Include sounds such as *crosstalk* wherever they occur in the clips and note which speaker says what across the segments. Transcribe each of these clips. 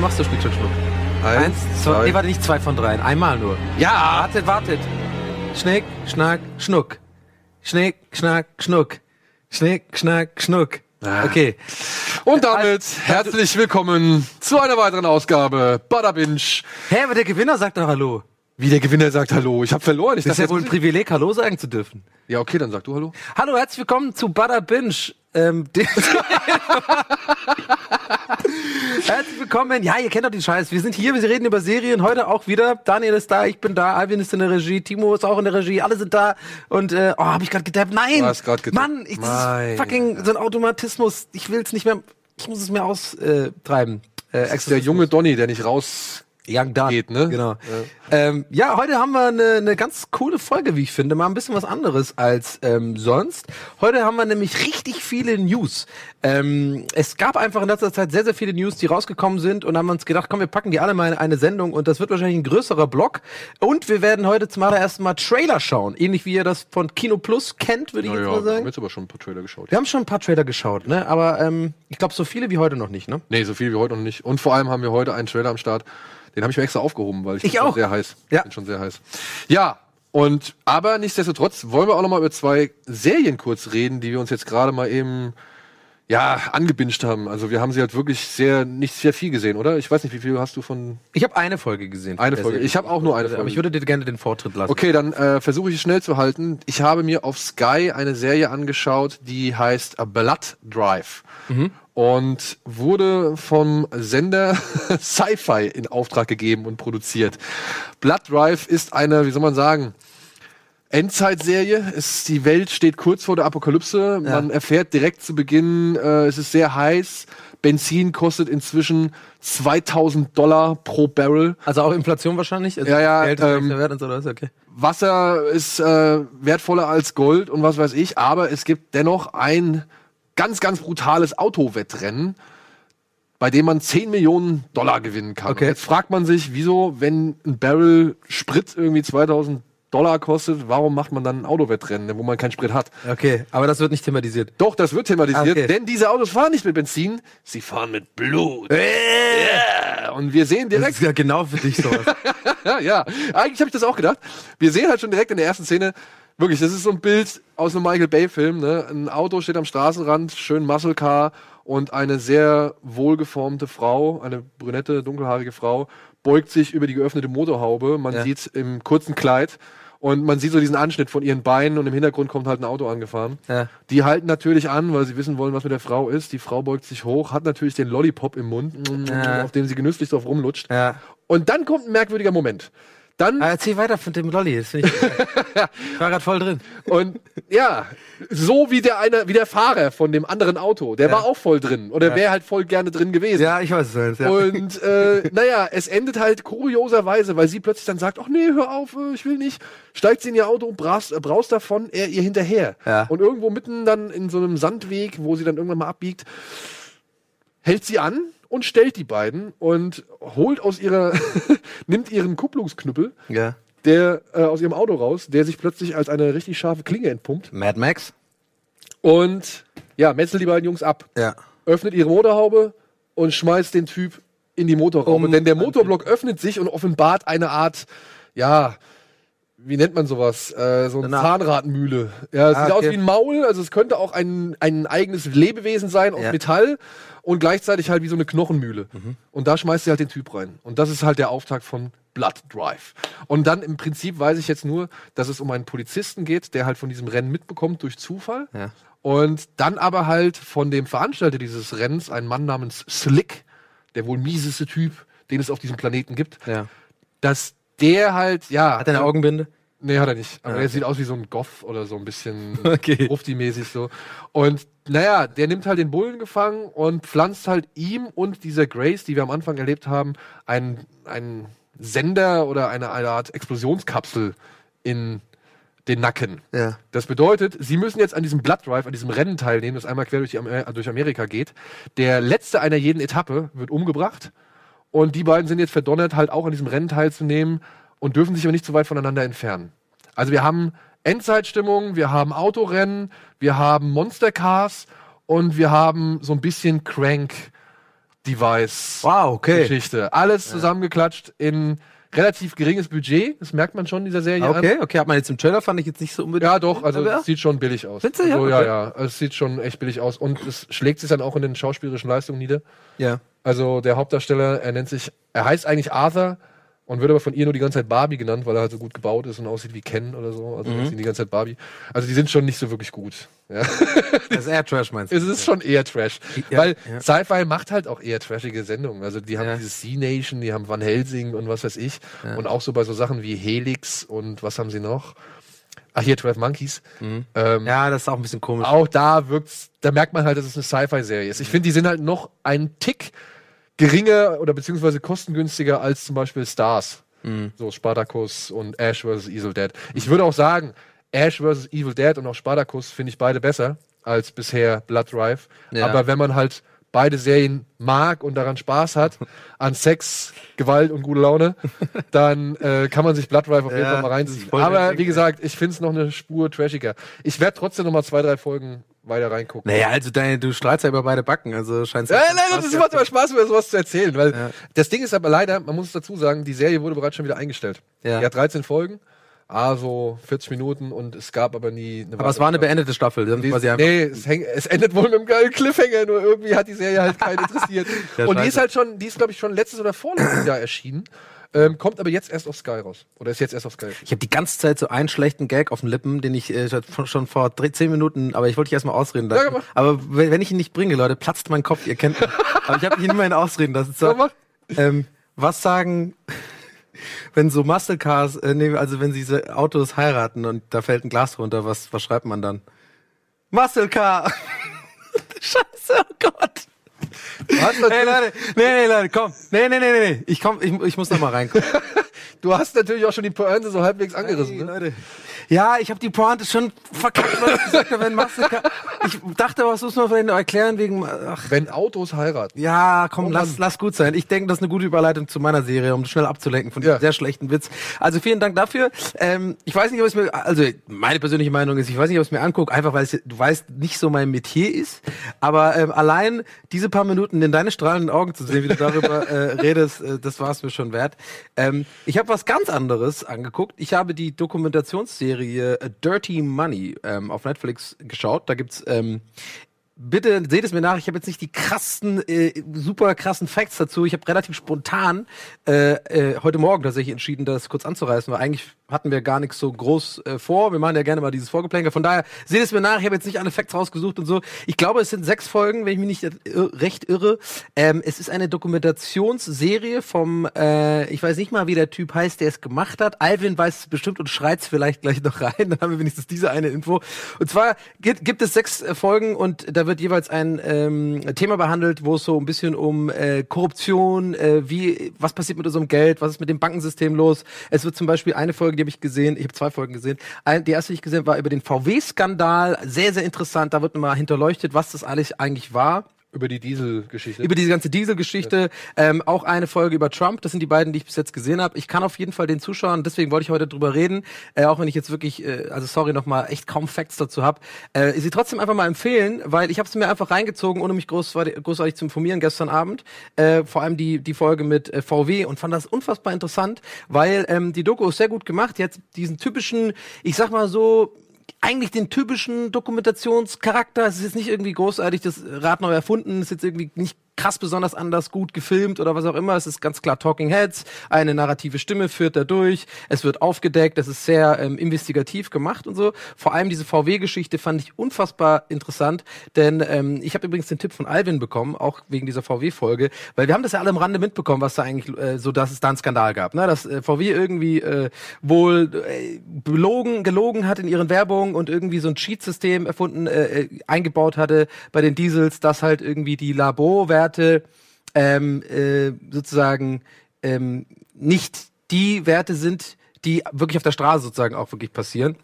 Speaker 1: Erster Schnick, Schnack, Schnuck.
Speaker 2: Eins, zwei.
Speaker 1: Nee, warte, nicht zwei von dreien. Einmal nur.
Speaker 2: Ja!
Speaker 1: Wartet, wartet. Schnick, Schnack, Schnuck. Schnick, Schnack, Schnuck. Schnick, Schnack, Schnuck.
Speaker 2: Ah.
Speaker 1: Okay.
Speaker 2: Und damit
Speaker 1: Als-
Speaker 2: herzlich willkommen zu einer weiteren Ausgabe Badabinch.
Speaker 1: Hä, aber der Gewinner sagt doch Hallo.
Speaker 2: Wie der Gewinner sagt Hallo. Ich habe verloren. Ich
Speaker 1: Das ist ja wohl ein
Speaker 2: jetzt-
Speaker 1: Privileg, Hallo sagen zu dürfen.
Speaker 2: ja, okay, dann sag du Hallo.
Speaker 1: Hallo, herzlich willkommen zu Butter Binge. Ähm, *laughs* dem- herzlich willkommen. Ja, ihr kennt doch den Scheiß. Wir sind hier, wir reden über Serien. Heute auch wieder. Daniel ist da, ich bin da, Alvin ist in der Regie, Timo ist auch in der Regie, alle sind da. Und äh, oh, hab ich gerade gedappt? Nein!
Speaker 2: Du hast grad gedappt.
Speaker 1: Mann, ich, das
Speaker 2: Mein
Speaker 1: ist fucking so ein Automatismus. Ich will's nicht mehr. Ich muss es mir austreiben. Äh,
Speaker 2: Das ist der junge Donny, der nicht raus.
Speaker 1: Young Dad.
Speaker 2: geht, ne?
Speaker 1: Genau. Ähm, ja, heute haben wir eine, eine ganz coole Folge, wie ich finde. Mal ein bisschen was anderes als ähm, sonst. Heute haben wir nämlich richtig viele News. Ähm, es gab einfach in letzter Zeit sehr, sehr viele News, die rausgekommen sind und haben uns gedacht, komm, wir packen die alle mal in eine Sendung und das wird wahrscheinlich ein größerer Block. Und wir werden heute zum allerersten Mal Trailer schauen. Ähnlich wie ihr das von Kino Plus kennt, würde ich jetzt mal
Speaker 2: wir
Speaker 1: sagen.
Speaker 2: haben jetzt aber schon ein paar Trailer geschaut.
Speaker 1: Wir haben schon ein paar Trailer geschaut, ne? Aber ähm, ich glaube, so viele wie heute noch nicht, ne?
Speaker 2: Nee, so viel wie heute noch nicht. Und vor allem haben wir heute einen Trailer am Start. Den habe ich mir extra aufgehoben, weil ich,
Speaker 1: Ich
Speaker 2: bin schon
Speaker 1: auch.
Speaker 2: sehr heiß.
Speaker 1: Ja.
Speaker 2: Bin schon sehr heiß. Ja, und aber nichtsdestotrotz wollen wir auch noch mal über zwei Serien kurz reden, die wir uns jetzt gerade mal eben ja, angebinscht haben. Also wir haben sie halt wirklich sehr nicht sehr viel gesehen, oder? Ich weiß nicht, wie viel hast du von
Speaker 1: Ich habe eine Folge gesehen.
Speaker 2: eine
Speaker 1: Der
Speaker 2: Folge?
Speaker 1: Serie.
Speaker 2: Ich habe auch nur eine Folge.
Speaker 1: Aber ich würde dir gerne den Vortritt lassen.
Speaker 2: Okay, dann äh, versuche ich es schnell zu halten. Ich habe mir auf Sky eine Serie angeschaut, die heißt A Blood Drive und wurde vom Sender *laughs* Sci-Fi in Auftrag gegeben und produziert. Blood Drive ist eine, wie soll man sagen, Endzeitserie. Es, die Welt steht kurz vor der Apokalypse. Man erfährt direkt zu Beginn, äh, es ist sehr heiß. Benzin kostet inzwischen 2000 Dollar pro Barrel.
Speaker 1: Also auch Inflation wahrscheinlich? Also
Speaker 2: Ja, ja,
Speaker 1: Geld ist
Speaker 2: ähm,
Speaker 1: schlechter wert und so, oder was? Okay.
Speaker 2: Wasser ist äh, wertvoller als Gold und was weiß ich, aber es gibt dennoch ein ganz, ganz brutales Autowettrennen, bei dem man 10 Millionen Dollar gewinnen kann.
Speaker 1: Okay.
Speaker 2: Und Jetzt fragt man sich, wieso, wenn ein Barrel Sprit irgendwie 2000 Dollar kostet, warum macht man dann ein Autowettrennen, wo man keinen Sprit hat?
Speaker 1: Okay, aber das wird nicht thematisiert.
Speaker 2: Doch, das wird thematisiert,
Speaker 1: Ah, Okay.
Speaker 2: denn diese Autos fahren nicht mit Benzin, sie fahren mit Blut. Yeah. Und wir sehen direkt,
Speaker 1: Äh. Das ist ja genau für dich *laughs* so.
Speaker 2: ja, ja. Eigentlich habe ich das auch gedacht. Wir sehen halt schon direkt in der ersten Szene, wirklich, das ist so ein Bild aus einem Michael Bay-Film. Ne? Ein Auto steht am Straßenrand, schön Muscle Car und eine sehr wohlgeformte Frau, eine brünette, dunkelhaarige Frau, beugt sich über die geöffnete Motorhaube. Man
Speaker 1: Ja.
Speaker 2: sieht's im kurzen Kleid. Und man sieht so diesen Anschnitt von ihren Beinen und im Hintergrund kommt halt ein Auto angefahren.
Speaker 1: Ja.
Speaker 2: Die halten natürlich an, weil sie wissen wollen, was mit der Frau ist. Die Frau beugt sich hoch, hat natürlich den Lollipop im Mund,
Speaker 1: Ja.
Speaker 2: auf dem sie genüsslich drauf rumlutscht.
Speaker 1: ja.
Speaker 2: Und dann kommt ein merkwürdiger Moment. Dann,
Speaker 1: Aber erzähl weiter von dem Lolli, das finde ich. ich war gerade voll drin.
Speaker 2: *laughs* und ja, so wie der eine, wie der Fahrer von dem anderen Auto, der war auch voll drin oder wäre halt voll gerne drin gewesen.
Speaker 1: Ja, ich weiß es. Ja.
Speaker 2: Und
Speaker 1: *laughs*
Speaker 2: äh, naja, es endet halt kurioserweise, weil sie plötzlich dann sagt, ach nee, hör auf, äh, ich will nicht. Steigt sie in ihr Auto und braust, äh, braust davon, er ihr hinterher.
Speaker 1: Ja.
Speaker 2: Und irgendwo mitten dann in so einem Sandweg, wo sie dann irgendwann mal abbiegt, hält sie an und stellt die beiden und holt aus ihrer, *laughs* nimmt ihren Kupplungsknüppel
Speaker 1: ja.
Speaker 2: der äh, aus ihrem Auto raus, der sich plötzlich als eine richtig scharfe Klinge entpumpt.
Speaker 1: Mad Max?
Speaker 2: Und ja, metzelt die beiden Jungs ab,
Speaker 1: Ja.
Speaker 2: öffnet ihre Motorhaube und schmeißt den Typ in die Motorhaube.
Speaker 1: Um-
Speaker 2: Denn der Motorblock öffnet sich und offenbart eine Art, ja, wie nennt man sowas? Äh, so eine
Speaker 1: Na-
Speaker 2: Zahnradmühle. Ja, es
Speaker 1: Ah,
Speaker 2: sieht
Speaker 1: okay.
Speaker 2: aus wie ein Maul, also es könnte auch ein, ein eigenes Lebewesen sein aus
Speaker 1: Ja. Mhm.
Speaker 2: Metall und gleichzeitig halt wie so eine Knochenmühle. Und da schmeißt sie halt den Typ rein. Und das ist halt der Auftakt von Blood Drive. Und dann im Prinzip weiß ich jetzt nur, dass es um einen Polizisten geht, der halt von diesem Rennen mitbekommt durch Zufall.
Speaker 1: Ja.
Speaker 2: Und dann aber halt von dem Veranstalter dieses Rennens, ein Mann namens Slick, der wohl mieseste Typ, den es auf diesem Planeten gibt,
Speaker 1: ja.
Speaker 2: dass der halt, ja.
Speaker 1: Hat er eine Augenbinde?
Speaker 2: Nee, hat er nicht. Aber
Speaker 1: Ah,
Speaker 2: er sieht aus wie so ein Goff oder so ein bisschen
Speaker 1: *laughs* Okay.
Speaker 2: Rufti-mäßig so. Und naja, der nimmt halt den Bullen gefangen und pflanzt halt ihm und dieser Grace, die wir am Anfang erlebt haben, einen, einen Sender oder eine, eine Art Explosionskapsel in den Nacken.
Speaker 1: Ja.
Speaker 2: Das bedeutet, sie müssen jetzt an diesem Blood Drive, an diesem Rennen teilnehmen, das einmal quer durch, die, Amer- äh, durch Amerika geht. Der letzte einer jeden Etappe wird umgebracht und die beiden sind jetzt verdonnert, halt auch an diesem Rennen teilzunehmen und dürfen sich aber nicht zu weit voneinander entfernen. Also wir haben Endzeitstimmung, wir haben Autorennen, wir haben Monstercars und wir haben so ein bisschen Crank Device.
Speaker 1: Wow, okay.
Speaker 2: Geschichte. Alles zusammengeklatscht in relativ geringes Budget. Das merkt man schon in dieser Serie an.
Speaker 1: Ah, Okay, okay, hat man jetzt im Trailer, fand ich jetzt nicht so unbedingt.
Speaker 2: Ja, doch, also
Speaker 1: Aber-
Speaker 2: es sieht schon billig aus.
Speaker 1: Findest du? Ja,
Speaker 2: also, ja,
Speaker 1: okay.
Speaker 2: ja, es sieht schon echt billig aus und es schlägt sich dann auch in den schauspielerischen Leistungen nieder.
Speaker 1: ja.
Speaker 2: Also der Hauptdarsteller, er nennt sich, er heißt eigentlich Arthur und wird aber von ihr nur die ganze Zeit Barbie genannt, weil er halt so gut gebaut ist und aussieht wie Ken oder so. Also
Speaker 1: Mhm.
Speaker 2: nennt sie ihn die ganze Zeit Barbie. Also die sind schon nicht so wirklich gut. Ja.
Speaker 1: Das ist eher Trash, meinst du?
Speaker 2: Es ist schon eher Trash.
Speaker 1: Ja,
Speaker 2: weil
Speaker 1: ja.
Speaker 2: Sci-Fi macht halt auch eher trashige Sendungen. Also die haben
Speaker 1: Ja.
Speaker 2: dieses C-Nation, die haben Van Helsing und was weiß ich. Und auch so bei so Sachen wie Helix und was haben sie noch? Ach hier, 12 Monkeys.
Speaker 1: Mhm.
Speaker 2: Ähm,
Speaker 1: *laughs* Ja, das ist auch ein bisschen komisch.
Speaker 2: Auch da wirkt's, da merkt man halt, dass es eine Sci-Fi-Serie ist. Ich finde, die sind halt noch einen Tick geringer oder beziehungsweise kostengünstiger als zum Beispiel Stars.
Speaker 1: Mhm.
Speaker 2: So Spartacus und Ash vs. Evil Dead. Ich würde auch sagen, Ash vs. Evil Dead und auch Spartacus finde ich beide besser als bisher Blood Drive.
Speaker 1: Ja.
Speaker 2: Aber wenn man halt beide Serien mag und daran
Speaker 1: *laughs*
Speaker 2: Spaß hat, an Sex, Gewalt und gute Laune, dann äh, kann man sich Blood Drive auf jeden
Speaker 1: Ja,
Speaker 2: Fall mal
Speaker 1: das
Speaker 2: reinziehen.
Speaker 1: ist voll
Speaker 2: Aber
Speaker 1: richtig,
Speaker 2: wie
Speaker 1: ey.
Speaker 2: gesagt, ich finde es noch eine Spur trashiger. Ich werde trotzdem noch mal zwei, drei Folgen weiter reingucken.
Speaker 1: Naja, also deine, du strahlst ja über beide Backen, also scheint
Speaker 2: Ja, nein, das ist- macht immer Spaß, über sowas zu erzählen. Weil Das Ding ist aber leider, man muss es dazu sagen, die Serie wurde bereits schon wieder eingestellt.
Speaker 1: Ja.
Speaker 2: Die hat 13 Folgen, also 40 Minuten und es gab aber nie eine
Speaker 1: Aber es war eine beendete Staffel. Die haben
Speaker 2: die,
Speaker 1: quasi einfach,
Speaker 2: nee, es, häng, es endet wohl mit einem geilen Cliffhanger, nur irgendwie hat die Serie
Speaker 1: *laughs*
Speaker 2: halt keinen interessiert.
Speaker 1: Ja,
Speaker 2: und die ist
Speaker 1: scheiße.
Speaker 2: halt schon, die ist glaube ich schon letztes oder vorletztes Jahr erschienen, ähm, kommt aber jetzt erst auf Sky raus. Oder ist jetzt erst auf Sky.
Speaker 1: Ich habe die ganze Zeit so einen schlechten Gag auf den Lippen, den ich äh, schon- schon vor drei, zehn Minuten, aber ich wollte dich erstmal ausreden
Speaker 2: Ja,
Speaker 1: lassen.
Speaker 2: mach.
Speaker 1: aber w- wenn ich ihn nicht bringe, Leute, platzt mein Kopf, ihr kennt mich. aber ich habe ihn immerhin ausreden lassen.
Speaker 2: Ja,
Speaker 1: So,
Speaker 2: mach.
Speaker 1: ähm, was sagen, *laughs* wenn so Musclecars, äh, nee, also wenn sie so Autos heiraten und da fällt ein Glas runter, was, was schreibt man dann? Musclecar! *laughs* Scheiße, oh Gott!
Speaker 2: Was?
Speaker 1: Hey Leute, nee, nee, Leute, komm. Nee, nee, nee, nee, nee. Ich komm, ich, ich muss noch mal reinkommen.
Speaker 2: Du hast natürlich auch schon die Pointe so halbwegs angerissen.
Speaker 1: Hey,
Speaker 2: ne?
Speaker 1: Leute. Ja, ich habe die Pointe schon verkackt, was ich gesagt habe, wenn Mastika. Ich dachte, was muss man vielleicht noch erklären wegen. Ach,
Speaker 2: Wenn Autos heiraten.
Speaker 1: ja, komm,
Speaker 2: Oh Mann.
Speaker 1: lass, lass gut sein. Ich denke, das ist eine gute Überleitung zu meiner Serie, um schnell abzulenken von
Speaker 2: Ja.
Speaker 1: diesem sehr schlechten Witz. Also vielen Dank dafür. Ähm, ich weiß nicht, ob ich mir, also meine persönliche Meinung ist, ich weiß nicht, ob ich mir angucke, einfach weil es, du weißt, nicht so mein Metier ist. Aber ähm, allein diese paar Minuten in deine strahlenden Augen zu sehen, wie du
Speaker 2: *laughs*
Speaker 1: darüber äh, redest, äh, das war es mir schon wert. Ähm, ich habe was ganz anderes angeguckt. Ich habe die Dokumentationsserie äh, Dirty Money ähm, auf Netflix geschaut. Da gibt's ähm, Bitte seht es mir nach, ich habe jetzt nicht die krassen, äh, super krassen Facts dazu. Ich habe relativ spontan äh, äh, heute Morgen tatsächlich entschieden, das kurz anzureißen, weil eigentlich hatten wir gar nichts so groß äh, vor. Wir machen ja gerne mal dieses Vorgeplänkel. Von daher seht es mir nach, ich habe jetzt nicht alle Facts rausgesucht und so. Ich glaube, es sind sechs Folgen, wenn ich mich nicht äh, recht irre. Ähm, es ist eine Dokumentationsserie vom, äh, ich weiß nicht mal, wie der Typ heißt, der es gemacht hat. Alvin weiß es bestimmt und schreit es vielleicht gleich noch rein. *laughs* Dann haben wir wenigstens diese eine Info. Und zwar gibt, gibt es sechs äh, Folgen und da wird jeweils ein ähm, Thema behandelt, wo es so ein bisschen um äh, Korruption, äh, wie, was passiert mit unserem Geld, was ist mit dem Bankensystem los. Es wird zum Beispiel eine Folge, die habe ich gesehen, ich habe zwei Folgen gesehen. Ein, die erste, die ich gesehen habe, war über den VW-Skandal. Sehr, sehr interessant. Da wird nochmal hinterleuchtet, was das eigentlich, eigentlich war.
Speaker 2: Über die Dieselgeschichte.
Speaker 1: Über diese ganze Diesel-Geschichte, ähm, auch eine Folge über Trump. Das sind die beiden, die ich bis jetzt gesehen habe. Ich kann auf jeden Fall den Zuschauern, deswegen wollte ich heute drüber reden, äh, auch wenn ich jetzt wirklich, äh, also sorry nochmal, echt kaum Facts dazu habe, äh, sie trotzdem einfach mal empfehlen, weil ich habe es mir einfach reingezogen, ohne mich großartig, großartig zu informieren gestern Abend. Äh, vor allem die, die Folge mit äh, VW und fand das unfassbar interessant, weil ähm, die Doku ist sehr gut gemacht. Jetzt diesen typischen, ich sag mal so, eigentlich den typischen Dokumentationscharakter. Es ist jetzt nicht irgendwie großartig das Rad neu erfunden, ist jetzt irgendwie nicht krass besonders anders gut gefilmt oder was auch immer. Es ist ganz klar Talking Heads, eine narrative Stimme führt da durch, es wird aufgedeckt, es ist sehr ähm, investigativ gemacht und so. Vor allem diese VW-Geschichte fand ich unfassbar interessant, denn ähm, ich habe übrigens den Tipp von Alvin bekommen, auch wegen dieser VW-Folge, weil wir haben das ja alle am Rande mitbekommen, was da eigentlich äh, so, dass es da einen Skandal gab, ne? dass äh, VW irgendwie äh, wohl äh, belogen, gelogen hat in ihren Werbungen und irgendwie so ein Cheat-System erfunden, äh, äh, eingebaut hatte bei den Diesels, dass halt irgendwie die Laborwerte ähm, äh, sozusagen ähm, nicht die Werte sind, die wirklich auf der Straße sozusagen auch wirklich passieren.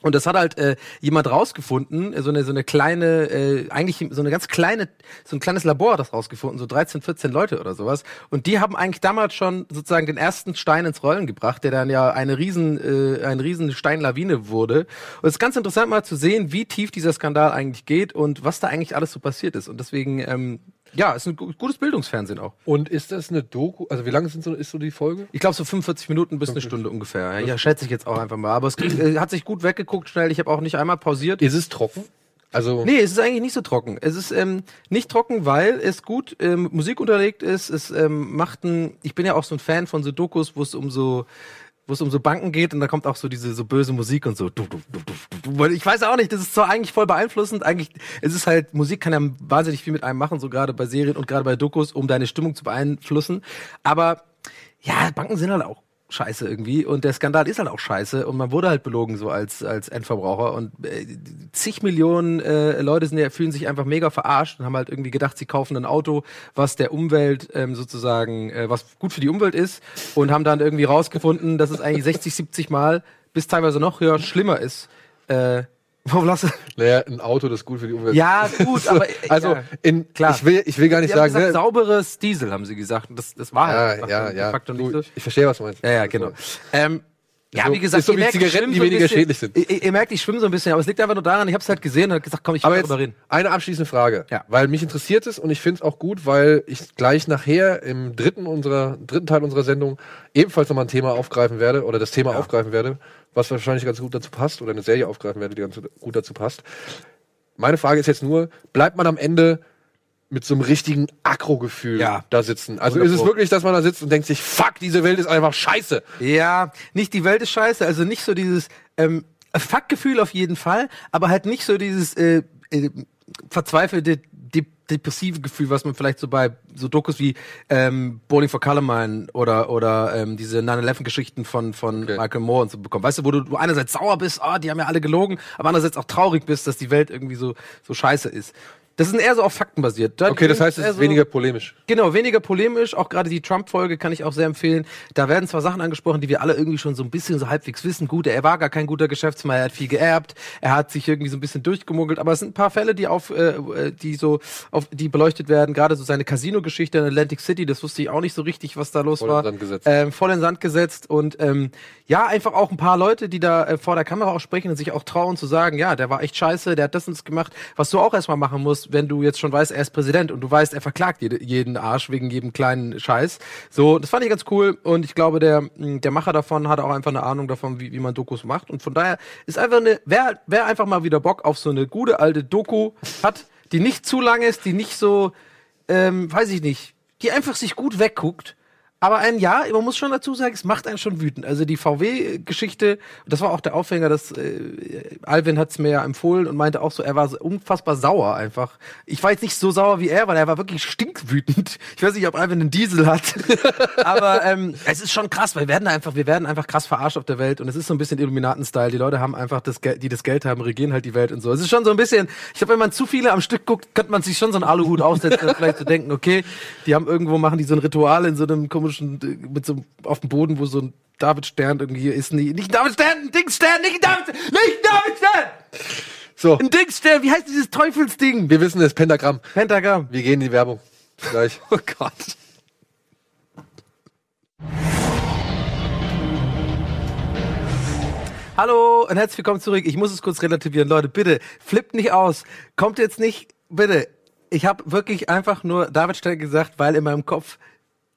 Speaker 1: Und das hat halt äh, jemand rausgefunden, äh, so eine so eine kleine, äh, eigentlich so eine ganz kleine, so ein kleines Labor hat das rausgefunden, so 13, 14 Leute oder sowas. Und die haben eigentlich damals schon sozusagen den ersten Stein ins Rollen gebracht, der dann ja eine riesen, äh, eine riesen Steinlawine wurde. Und es ist ganz interessant mal zu sehen, wie tief dieser Skandal eigentlich geht und was da eigentlich alles so passiert ist. Und deswegen ähm, Ja, ist ein gu- gutes Bildungsfernsehen auch.
Speaker 2: Und ist das eine Doku? Also wie lange sind so, ist so die Folge?
Speaker 1: Ich glaube so 45 Minuten bis eine Stunde ungefähr. Ja, ja, schätze ich jetzt auch einfach mal. Aber es äh, hat sich gut weggeguckt schnell. Ich habe auch nicht einmal pausiert.
Speaker 2: Ist es trocken? Also
Speaker 1: Nee, es ist eigentlich nicht so trocken. Es ist ähm, nicht trocken, weil es gut ähm, mit Musik unterlegt ist. Es ähm, macht ein. Ich bin ja auch so ein Fan von so Dokus, wo es um so wo es um so Banken geht und da kommt auch so diese so böse Musik und so. Du, du, du, du, du. Weil Ich weiß auch nicht, das ist zwar eigentlich voll beeinflussend, eigentlich, es ist halt, Musik kann ja wahnsinnig viel mit einem machen, so gerade bei Serien und gerade bei Dokus, um deine Stimmung zu beeinflussen. Aber ja, Banken sind halt auch scheiße irgendwie und der Skandal ist halt auch scheiße und man wurde halt belogen so als als Endverbraucher und äh, zig Millionen äh, Leute sind ja fühlen sich einfach mega verarscht und haben halt irgendwie gedacht, sie kaufen ein Auto, was der Umwelt ähm, sozusagen äh, was gut für die Umwelt ist und haben dann irgendwie rausgefunden, dass es eigentlich 60, 70 Mal bis teilweise noch höher schlimmer ist. Äh, *laughs* warum lasse?
Speaker 2: naja, ein Auto, das gut für die Umwelt.
Speaker 1: Ja, gut, aber äh,
Speaker 2: *laughs* also
Speaker 1: ja.
Speaker 2: in,
Speaker 1: Klar.
Speaker 2: ich will, ich will gar nicht
Speaker 1: Sie haben
Speaker 2: sagen.
Speaker 1: gesagt,
Speaker 2: ne? Ah,
Speaker 1: sauberes Diesel haben sie gesagt und das das war halt
Speaker 2: ja,
Speaker 1: einfach
Speaker 2: ja,
Speaker 1: de
Speaker 2: ja.
Speaker 1: facto nicht
Speaker 2: Du,
Speaker 1: so.
Speaker 2: ich verstehe, was du meinst.
Speaker 1: Ja, ja, genau. Ähm, ja,
Speaker 2: so-
Speaker 1: wie gesagt,
Speaker 2: ist so
Speaker 1: ihr
Speaker 2: wie
Speaker 1: merkt, ich schwimme
Speaker 2: Zigaretten, die
Speaker 1: so ein
Speaker 2: weniger
Speaker 1: bisschen-
Speaker 2: schädlich sind.
Speaker 1: Ihr, ihr- ihr merkt, ich schwimme so ein bisschen, aber es liegt einfach nur daran, ich habe es halt gesehen und habe gesagt, komm, ich will
Speaker 2: Aber jetzt
Speaker 1: darüber reden.
Speaker 2: eine abschließende Frage,
Speaker 1: Ja.
Speaker 2: weil mich interessiert es und ich finde es auch gut, weil ich gleich nachher im dritten unserer dritten Teil unserer Sendung ebenfalls nochmal ein Thema aufgreifen werde oder das Thema aufgreifen werde, was wahrscheinlich ganz gut dazu passt oder eine Serie aufgreifen werde, die ganz gut dazu passt. Meine Frage ist jetzt nur, bleibt man am Ende mit so einem richtigen Akro-Gefühl
Speaker 1: Ja.
Speaker 2: da sitzen? Also ist es
Speaker 1: Wunderbar.
Speaker 2: wirklich, dass man da sitzt und denkt sich, fuck, diese Welt ist einfach scheiße.
Speaker 1: Ja, nicht die Welt ist scheiße, also nicht so dieses ähm, Fuck-Gefühl auf jeden Fall, aber halt nicht so dieses äh, äh, verzweifelte, de depressive Gefühl, was man vielleicht so bei so Dokus wie ähm, Bowling for Columbine oder oder ähm, diese 9-11-Geschichten von von
Speaker 2: Okay.
Speaker 1: Michael Moore und so bekommt. Weißt du, wo du, du einerseits sauer bist, ah, die haben ja alle gelogen, aber andererseits auch traurig bist, dass die Welt irgendwie so so scheiße ist. Das ist eher so auf Fakten basiert. Da-
Speaker 2: Okay, das heißt, es
Speaker 1: eher
Speaker 2: ist
Speaker 1: so-
Speaker 2: weniger polemisch.
Speaker 1: Genau, weniger polemisch. Auch gerade die Trump-Folge kann ich auch sehr empfehlen. Da werden zwar Sachen angesprochen, die wir alle irgendwie schon so ein bisschen so halbwegs wissen. Gut, er war gar kein guter Geschäftsmann, er hat viel geerbt, er hat sich irgendwie so ein bisschen durchgemogelt. Aber es sind ein paar Fälle, die auf, äh, äh, die so, auf die beleuchtet werden. Gerade so seine Casino-Geschichte in Atlantic City, das wusste ich auch nicht so richtig, was da los
Speaker 2: Voll in
Speaker 1: war.
Speaker 2: den Sand gesetzt.
Speaker 1: Ähm, voll in den Sand gesetzt und ähm, ja, einfach auch ein paar Leute, die da äh, vor der Kamera auch sprechen und sich auch trauen zu sagen, ja, der war echt scheiße, der hat das und das gemacht, was du auch erstmal machen musst, wenn du jetzt schon weißt, er ist Präsident und du weißt, er verklagt jede, jeden Arsch wegen jedem kleinen Scheiß. So, das fand ich ganz cool und ich glaube, der, mh, der Macher davon hat auch einfach eine Ahnung davon, wie, wie man Dokus macht und von daher ist einfach eine, wer, wer einfach mal wieder Bock auf so eine gute alte Doku hat, die nicht zu lang ist, die nicht so, ähm, weiß ich nicht, die einfach sich gut wegguckt. Aber ein Ja, man muss schon dazu sagen, es macht einen schon wütend. Also die VW-Geschichte, das war auch der Aufhänger, dass äh, Alvin hat es mir ja empfohlen und meinte auch so, er war so unfassbar sauer einfach. Ich war jetzt nicht so sauer wie er, weil er war wirklich stinkwütend. Ich weiß nicht, ob Alvin einen Diesel hat. Aber ähm, es ist schon krass, weil wir werden einfach, wir werden einfach krass verarscht auf der Welt und es ist so ein bisschen Illuminaten-Style. Die Leute haben einfach das Geld, die das Geld haben, regieren halt die Welt und so. Es ist schon so ein bisschen, ich glaube, wenn man zu viele am Stück guckt, könnte man sich schon so einen Aluhut aufsetzen und vielleicht so denken, okay, die haben irgendwo, machen die so ein Ritual in so einem komischen, äh, mit so einem, auf dem Boden, wo so ein David Stern irgendwie ist. Nee, nicht ein David Stern, ein Dings Stern, nicht ein David, nicht ein David Stern!
Speaker 2: So,
Speaker 1: Ein Dings Stern, wie heißt dieses Teufelsding?
Speaker 2: wir wissen es, Pentagramm.
Speaker 1: Pentagramm.
Speaker 2: Wir gehen in die Werbung. Gleich.
Speaker 1: *laughs* Oh Gott. Hallo und herzlich willkommen zurück. Ich muss es kurz relativieren, Leute. Bitte, flippt nicht aus. Kommt jetzt nicht, bitte. Ich habe wirklich einfach nur David Stern gesagt, weil in meinem Kopf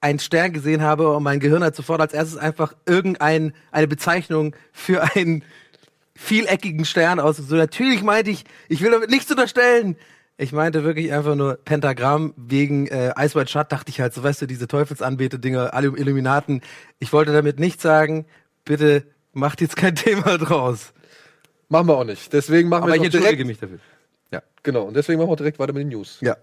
Speaker 1: einen Stern gesehen habe und mein Gehirn hat sofort als erstes einfach irgendein eine Bezeichnung für einen vieleckigen Stern ausgesucht. Natürlich meinte ich, ich will damit nichts unterstellen. Ich meinte wirklich einfach nur Pentagramm wegen äh, Ice White Shut, dachte ich halt, so weißt du, diese Teufelsanbete-Dinger, alle Illuminaten. Ich wollte damit nichts sagen. Bitte macht jetzt kein *laughs* Thema draus.
Speaker 2: Machen wir auch nicht. Deswegen machen wir jetzt auch direkt,
Speaker 1: mich dafür. Ja.
Speaker 2: Genau, und deswegen machen wir auch direkt weiter mit den News.
Speaker 1: Ja.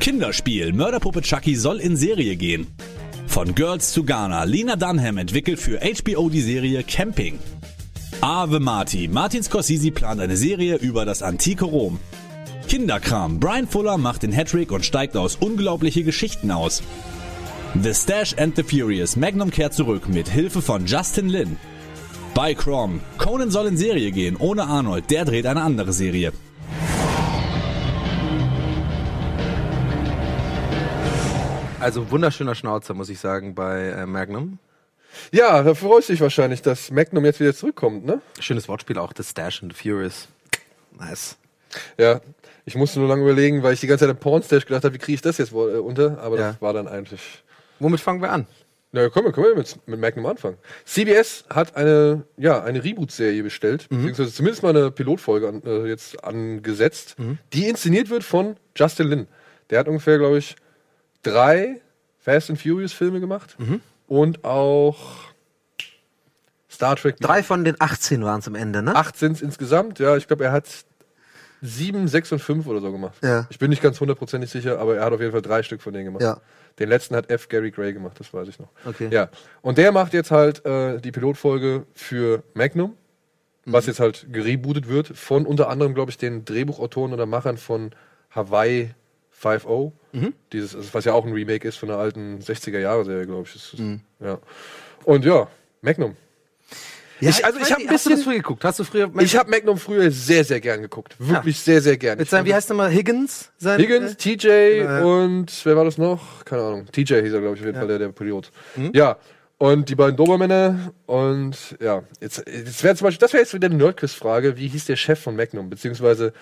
Speaker 3: Kinderspiel Mörderpuppe Chucky soll in Serie gehen. Von Girls zu Ghana, Lena Dunham entwickelt für HBO die Serie Camping. Ave Marti, Martin Scorsese plant eine Serie über das antike Rom. Kinderkram, Brian Fuller macht den Hattrick und steigt aus unglaubliche Geschichten aus. The Stash and the Furious, Magnum kehrt zurück mit Hilfe von Justin Lin. Bei Crom, Conan soll in Serie gehen, ohne Arnold, der dreht eine andere Serie.
Speaker 1: Also wunderschöner Schnauzer, muss ich sagen, bei äh, Magnum.
Speaker 2: Ja, da freust du dich wahrscheinlich, dass Magnum jetzt wieder zurückkommt, ne?
Speaker 1: Schönes Wortspiel auch, das Stash and the Furious. Nice.
Speaker 2: Ja. Ich musste nur lange überlegen, weil ich die ganze Zeit an Pornstash gedacht habe, wie kriege ich das jetzt wo- äh, unter? Aber
Speaker 1: Ja.
Speaker 2: das war dann eigentlich
Speaker 1: Womit fangen wir an?
Speaker 2: Na komm, können wir mit, mit Magnum anfangen. CBS hat eine, ja, eine Reboot-Serie bestellt, beziehungsweise zumindest mal eine Pilotfolge an, äh, jetzt angesetzt, die inszeniert wird von Justin Lin. Der hat ungefähr, glaube ich, drei Fast and Furious-Filme gemacht und auch Star Trek.
Speaker 1: Drei von den 18 waren es am Ende, ne?
Speaker 2: Acht sind insgesamt, ja, ich glaube, er hat sieben, sechs und fünf oder so gemacht.
Speaker 1: Ja.
Speaker 2: Ich bin nicht ganz hundertprozentig sicher, aber er hat auf jeden Fall drei Stück von denen gemacht.
Speaker 1: Ja.
Speaker 2: Den letzten hat F. Gary Gray gemacht, das weiß ich noch.
Speaker 1: Okay.
Speaker 2: Ja. Und der macht jetzt halt äh, die Pilotfolge für Magnum,
Speaker 1: Mhm.
Speaker 2: was jetzt halt gerebootet wird, von unter anderem, glaube ich, den Drehbuchautoren oder Machern von Hawaii 5.0.
Speaker 1: Mhm.
Speaker 2: Dieses, also was ja auch ein Remake ist von der alten 60er-Jahre-Serie, glaube ich. Das Ist,
Speaker 1: Mhm.
Speaker 2: ja. Und ja, Magnum.
Speaker 1: Ja,
Speaker 2: Ich- also ich
Speaker 1: weiß
Speaker 2: hab
Speaker 1: nicht,
Speaker 2: ein
Speaker 1: Hast du das
Speaker 2: bisschen-
Speaker 1: früher geguckt? Hast du früher.
Speaker 2: Ich habe Magnum früher sehr, sehr gern geguckt. Wirklich sehr, sehr gern.
Speaker 1: mit
Speaker 2: Ich
Speaker 1: seinem, wie
Speaker 2: fand-
Speaker 1: heißt der mal? Higgins? Sein,
Speaker 2: Higgins,
Speaker 1: äh,
Speaker 2: TJ
Speaker 1: ja.
Speaker 2: und wer war das noch? Keine Ahnung. TJ hieß er, glaube ich, auf jeden Fall, der, der Pilot.
Speaker 1: Mhm.
Speaker 2: Ja. Und die beiden Dobermänner und ja, jetzt, jetzt wäre zum Beispiel, das wäre jetzt wieder eine Nerdquiz-Frage, wie hieß der Chef von Magnum, beziehungsweise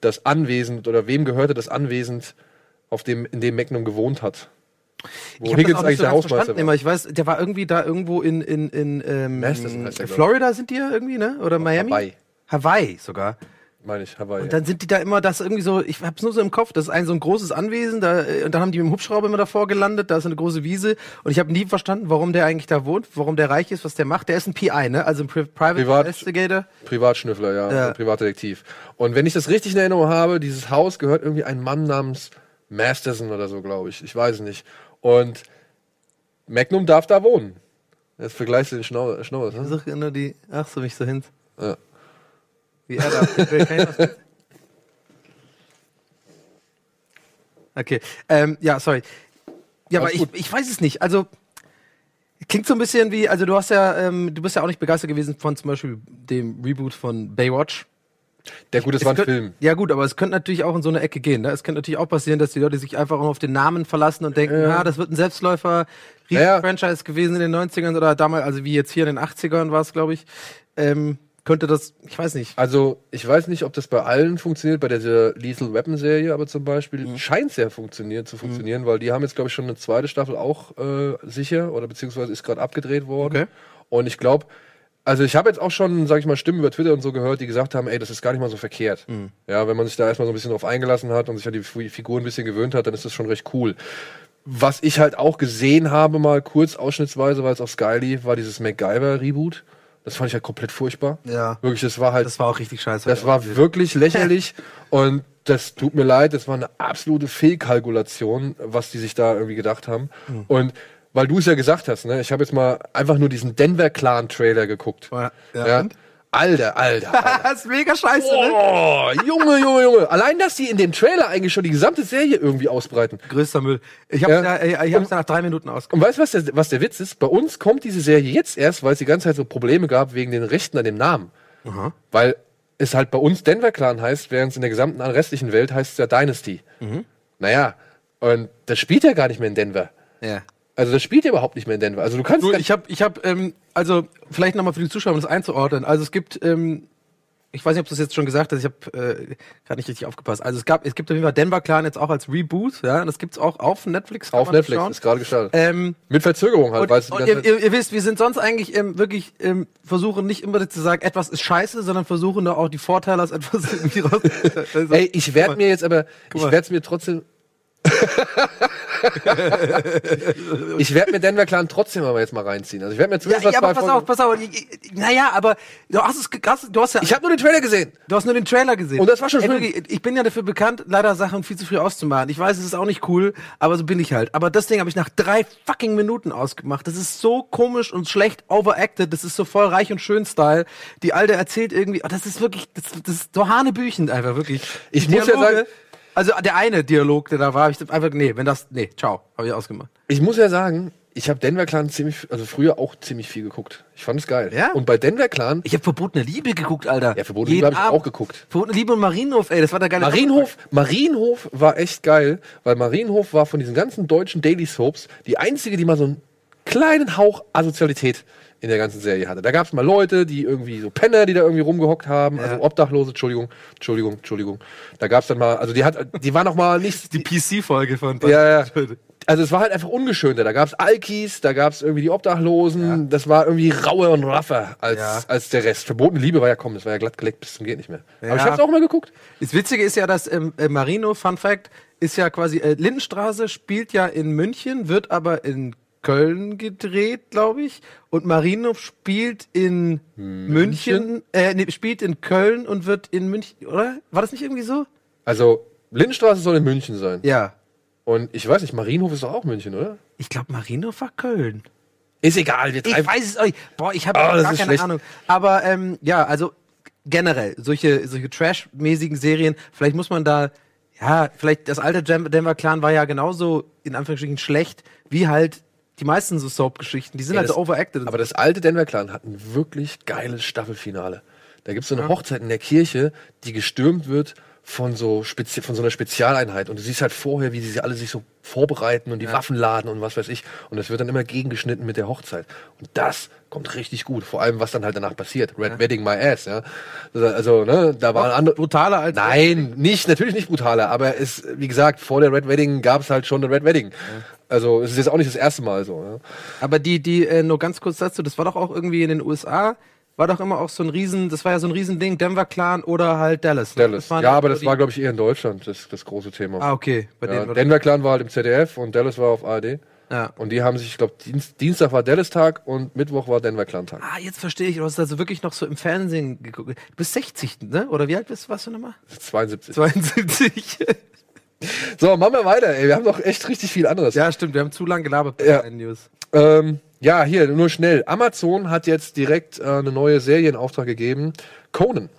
Speaker 2: das Anwesen oder wem gehörte das Anwesen, auf dem, in dem Magnum gewohnt hat?
Speaker 1: ich
Speaker 2: Wo
Speaker 1: hab das
Speaker 2: Higgins
Speaker 1: auch
Speaker 2: eigentlich
Speaker 1: nicht so
Speaker 2: der
Speaker 1: ganz
Speaker 2: Hausmeister
Speaker 1: verstanden. Immer.
Speaker 2: war.
Speaker 1: Ich weiß, der war irgendwie da irgendwo in, in, in ähm,
Speaker 2: Madison heißt der, glaub ich.
Speaker 1: Florida sind die ja irgendwie, ne? Oder Miami?
Speaker 2: Hawaii.
Speaker 1: Hawaii sogar.
Speaker 2: Meine ich, Hawaii.
Speaker 1: Und dann sind die da immer das irgendwie so, ich hab's nur so im Kopf, das ist ein so ein großes Anwesen, da, äh, und dann haben die mit dem Hubschrauber immer davor gelandet, da ist so eine große Wiese und ich habe nie verstanden, warum der eigentlich da wohnt, warum der reich ist, was der macht. Der ist ein PI, ne? Also ein Pri Private
Speaker 2: Privat-
Speaker 1: Investigator.
Speaker 2: Privatschnüffler, ja,
Speaker 1: Ja.
Speaker 2: ein Privatdetektiv. Und wenn ich das richtig in Erinnerung habe, dieses Haus gehört irgendwie einem Mann namens Masterson oder so, glaube ich. Ich weiß es nicht. Und Magnum darf da wohnen. Jetzt vergleichst du den Schnau- Schnauz, ne?
Speaker 1: Versuch nur die, ach so mich so hin.
Speaker 2: Ja.
Speaker 1: Wie er da. Kann ich das- okay, ähm, ja, sorry. Ja, aber
Speaker 2: Alles
Speaker 1: ich,
Speaker 2: gut.
Speaker 1: ich weiß es nicht. Also klingt so ein bisschen wie, also du hast ja, ähm, du bist ja auch nicht begeistert gewesen von zum Beispiel dem Reboot von Baywatch.
Speaker 2: Der gut, das
Speaker 1: Es
Speaker 2: war ein
Speaker 1: könnt-
Speaker 2: Film.
Speaker 1: Ja gut, aber es könnte natürlich auch in so eine Ecke gehen. Ne? Es könnte natürlich auch passieren, dass die Leute sich einfach auf den Namen verlassen und denken,
Speaker 2: Ja.
Speaker 1: ah, das wird ein Selbstläufer,
Speaker 2: Ja.
Speaker 1: Riesen-Franchise gewesen in den 90ern oder damals, also wie jetzt hier in den 80ern war es, glaube ich. Ähm, könnte das, ich weiß nicht.
Speaker 2: Also, ich weiß nicht, ob das bei allen funktioniert, bei dieser Lethal Weapon Serie, aber zum Beispiel
Speaker 1: Mhm.
Speaker 2: scheint es ja funktioniert, zu funktionieren, weil die haben jetzt, glaube ich, schon eine zweite Staffel auch äh, sicher oder beziehungsweise ist gerade abgedreht worden.
Speaker 1: Okay.
Speaker 2: Und ich glaube, also ich habe jetzt auch schon, sage ich mal, Stimmen über Twitter und so gehört, die gesagt haben, ey, das ist gar nicht mal so verkehrt.
Speaker 1: Mhm.
Speaker 2: Ja, wenn man sich da erstmal so ein bisschen drauf eingelassen hat und sich an die Fi- Figuren ein bisschen gewöhnt hat, dann ist das schon recht cool. Was ich halt auch gesehen habe, mal kurz ausschnittsweise, weil es auf Sky lief, war dieses MacGyver-Reboot. Das fand ich halt komplett furchtbar.
Speaker 1: Ja.
Speaker 2: Wirklich, das war halt
Speaker 1: Das war auch richtig scheiße.
Speaker 2: das war
Speaker 1: *laughs*
Speaker 2: wirklich lächerlich und das tut mir leid, das war eine absolute Fehlkalkulation, was die sich da irgendwie gedacht haben.
Speaker 1: Mhm.
Speaker 2: Und weil du es ja gesagt hast, ne, ich habe jetzt mal einfach nur diesen Denver Clan Trailer geguckt.
Speaker 1: Ja, ja, und?
Speaker 2: Alter, alter, alter.
Speaker 1: *laughs* *laughs* das ist mega scheiße, ne?
Speaker 2: Oh, Junge, Junge, Junge. Allein, dass die in dem Trailer eigentlich schon die gesamte Serie irgendwie ausbreiten.
Speaker 1: Größter Müll. Ich hab's,
Speaker 2: Ja.
Speaker 1: ja. äh, ich hab's ja nach drei Minuten ausgemacht.
Speaker 2: Und weißt du, was der, was der Witz ist? Bei uns kommt diese Serie jetzt erst, weil es die ganze Zeit so Probleme gab wegen den Rechten an dem Namen. Weil es halt bei uns Denver Clan heißt, während es in der gesamten restlichen Welt heißt es ja Dynasty.
Speaker 1: Mhm.
Speaker 2: Naja, und das spielt ja gar nicht mehr in Denver.
Speaker 1: Ja.
Speaker 2: Also das spielt ja überhaupt nicht mehr in Denver. Also du kannst
Speaker 1: Du,
Speaker 2: gar
Speaker 1: ich
Speaker 2: nicht,
Speaker 1: habe, ich habe, ähm, also vielleicht nochmal für die Zuschauer, um das einzuordnen. Also es gibt, ähm, ich weiß nicht, ob du es jetzt schon gesagt hast, ich habe äh, gerade nicht richtig aufgepasst. Also es gab, es gibt auf jeden Fall Denver Clan jetzt auch als Reboot, ja, und das gibt's auch auf Netflix. kann
Speaker 2: *laughs* auf
Speaker 1: man das
Speaker 2: Netflix,
Speaker 1: schauen.
Speaker 2: ist gerade gestartet.
Speaker 1: Ähm,
Speaker 2: Mit Verzögerung halt,
Speaker 1: und,
Speaker 2: weil es die
Speaker 1: und
Speaker 2: ganze
Speaker 1: ihr,
Speaker 2: Zeit-
Speaker 1: ihr, ihr wisst, wir sind sonst eigentlich ähm, wirklich ähm, versuchen nicht immer zu sagen, etwas ist scheiße, sondern versuchen da auch die Vorteile aus etwas irgendwie raus. Also,
Speaker 2: *laughs* Ey, ich werde mir jetzt aber, ich
Speaker 1: mal.
Speaker 2: werde es
Speaker 1: *laughs*
Speaker 2: mir trotzdem. ich werde mir Denver Clan trotzdem aber jetzt mal reinziehen. Also ich werde mir
Speaker 1: ja,
Speaker 2: zumindest
Speaker 1: ja, aber
Speaker 2: zwei
Speaker 1: pass
Speaker 2: Folgen-
Speaker 1: auf, pass auf. Ich, ich, naja, aber du hast es, ge- hast, du hast ja
Speaker 2: Ich habe nur den Trailer gesehen.
Speaker 1: Du hast nur den Trailer gesehen.
Speaker 2: Und das war schon
Speaker 1: Ey,
Speaker 2: schlimm.
Speaker 1: wirklich, Ich bin ja dafür bekannt, leider Sachen viel zu früh auszumalen. Ich weiß, es ist auch nicht cool, aber so bin ich halt. Aber das Ding habe ich nach drei fucking Minuten ausgemacht. Das ist so komisch und schlecht overacted. Das ist so voll reich und schön Style. Die Alte erzählt irgendwie, oh, das ist wirklich, das, das ist so hanebüchend einfach, wirklich.
Speaker 2: Ich
Speaker 1: Die
Speaker 2: muss ja sagen-
Speaker 1: also der eine Dialog, der da war, hab ich einfach, nee, wenn das, nee, ciao, habe ich ausgemacht.
Speaker 2: Ich muss ja sagen, ich habe Denver Clan ziemlich, also früher auch ziemlich viel geguckt. Ich fand es geil.
Speaker 1: Ja?
Speaker 2: Und bei Denver Clan,
Speaker 1: Ich habe Verbotene Liebe geguckt, Alter.
Speaker 2: ja, Verbotene Liebe habe ich auch geguckt.
Speaker 1: Verbotene Liebe und Marienhof, ey, das war der geile
Speaker 2: Marienhof, Marienhof war echt geil, weil Marienhof war von diesen ganzen deutschen Daily Soaps die einzige, die mal so einen kleinen Hauch Asozialität in der ganzen Serie hatte. Da gab es mal Leute, die irgendwie so Penner, die da irgendwie rumgehockt haben, also Obdachlose, Entschuldigung, Entschuldigung, Entschuldigung. Da gab es dann mal, also die hat, die waren auch mal nicht,
Speaker 1: Die PC-Folge von *laughs*
Speaker 2: ja, ja. Also es war halt einfach ungeschönter. Da gab's Alkis, da gab's irgendwie die Obdachlosen. Das war irgendwie rauer und raffer als,
Speaker 1: Ja.
Speaker 2: als der Rest. Verbotene Liebe war ja kommen, das war ja glatt geleckt bis zum geht nicht mehr.
Speaker 1: Ja.
Speaker 2: Aber ich hab's auch mal geguckt.
Speaker 1: Das Witzige ist ja, dass ähm, äh, Marino, Fun Fact, ist ja quasi, äh, Lindenstraße spielt ja in München, wird aber in Köln gedreht, glaube ich. Und Marino spielt in München, äh, nee, spielt in Köln und wird in München, oder? War das nicht irgendwie so?
Speaker 2: Also Lindenstraße soll in München sein.
Speaker 1: Ja.
Speaker 2: Und ich weiß nicht, Marienhof ist doch auch München, oder?
Speaker 1: Ich glaube, Marino war Köln.
Speaker 2: Ist egal, wir
Speaker 1: Ich
Speaker 2: treiben-
Speaker 1: weiß es euch. Boah, ich habe
Speaker 2: Ah, das
Speaker 1: gar keine
Speaker 2: ist schlecht.
Speaker 1: Ahnung. Aber ähm, ja, also generell, solche, solche Trash-mäßigen Serien, vielleicht muss man da, ja, vielleicht das alte Jam- Denver Clan war ja genauso in Anführungsstrichen schlecht, wie halt die meisten so Soap-Geschichten. Die sind halt
Speaker 2: das-
Speaker 1: so overacted. und
Speaker 2: Aber das alte Denver Clan hat ein wirklich geiles Staffelfinale. Da gibt es so eine Hochzeit in der Kirche, die gestürmt wird von so, spezi von so einer Spezialeinheit. Und du siehst halt vorher, wie sie alle sich so vorbereiten und die Waffen laden und was weiß ich. Und das wird dann immer gegengeschnitten mit der Hochzeit. Und das kommt richtig gut. Vor allem, was dann halt danach passiert. Red Wedding My Ass, ja. Also, ne, da waren andere.
Speaker 1: brutaler als
Speaker 2: Nein, nicht, natürlich nicht brutaler, aber es, wie gesagt, vor der Red Wedding gab es halt schon eine Red Wedding. Also, es ist jetzt auch nicht das erste Mal so. Ja.
Speaker 1: Aber die, die, äh, nur ganz kurz dazu, das war doch auch irgendwie in den USA, war doch immer auch so ein Riesen, das war ja so ein Riesending, Denver Clan oder halt Dallas. ne?
Speaker 2: Dallas.
Speaker 1: Das waren
Speaker 2: ja,
Speaker 1: halt
Speaker 2: aber
Speaker 1: so
Speaker 2: das
Speaker 1: die-
Speaker 2: war, glaube ich, eher in Deutschland das, das große Thema.
Speaker 1: Ah, okay, bei
Speaker 2: ja,
Speaker 1: denen. Oder?
Speaker 2: Denver Clan war halt im ZDF und Dallas war auf ARD.
Speaker 1: Ja.
Speaker 2: Und die haben sich, ich glaube, Dienst, Dienstag war Dallas-Tag und Mittwoch war Denver Clan-Tag.
Speaker 1: Ah, jetzt verstehe ich, du hast also wirklich noch so im Fernsehen geguckt. Du bist 60, ne? Oder wie alt bist du, warst du nochmal?
Speaker 2: 72.
Speaker 1: 72.
Speaker 2: So, machen wir weiter, ey. Wir haben doch echt richtig viel
Speaker 1: *laughs*
Speaker 2: anderes.
Speaker 1: ja, stimmt, wir haben zu lange gelabert bei
Speaker 2: Ja.
Speaker 1: den News.
Speaker 2: Ähm, ja, hier, nur schnell. Amazon hat jetzt direkt äh, eine neue Serie in Auftrag gegeben. Conan,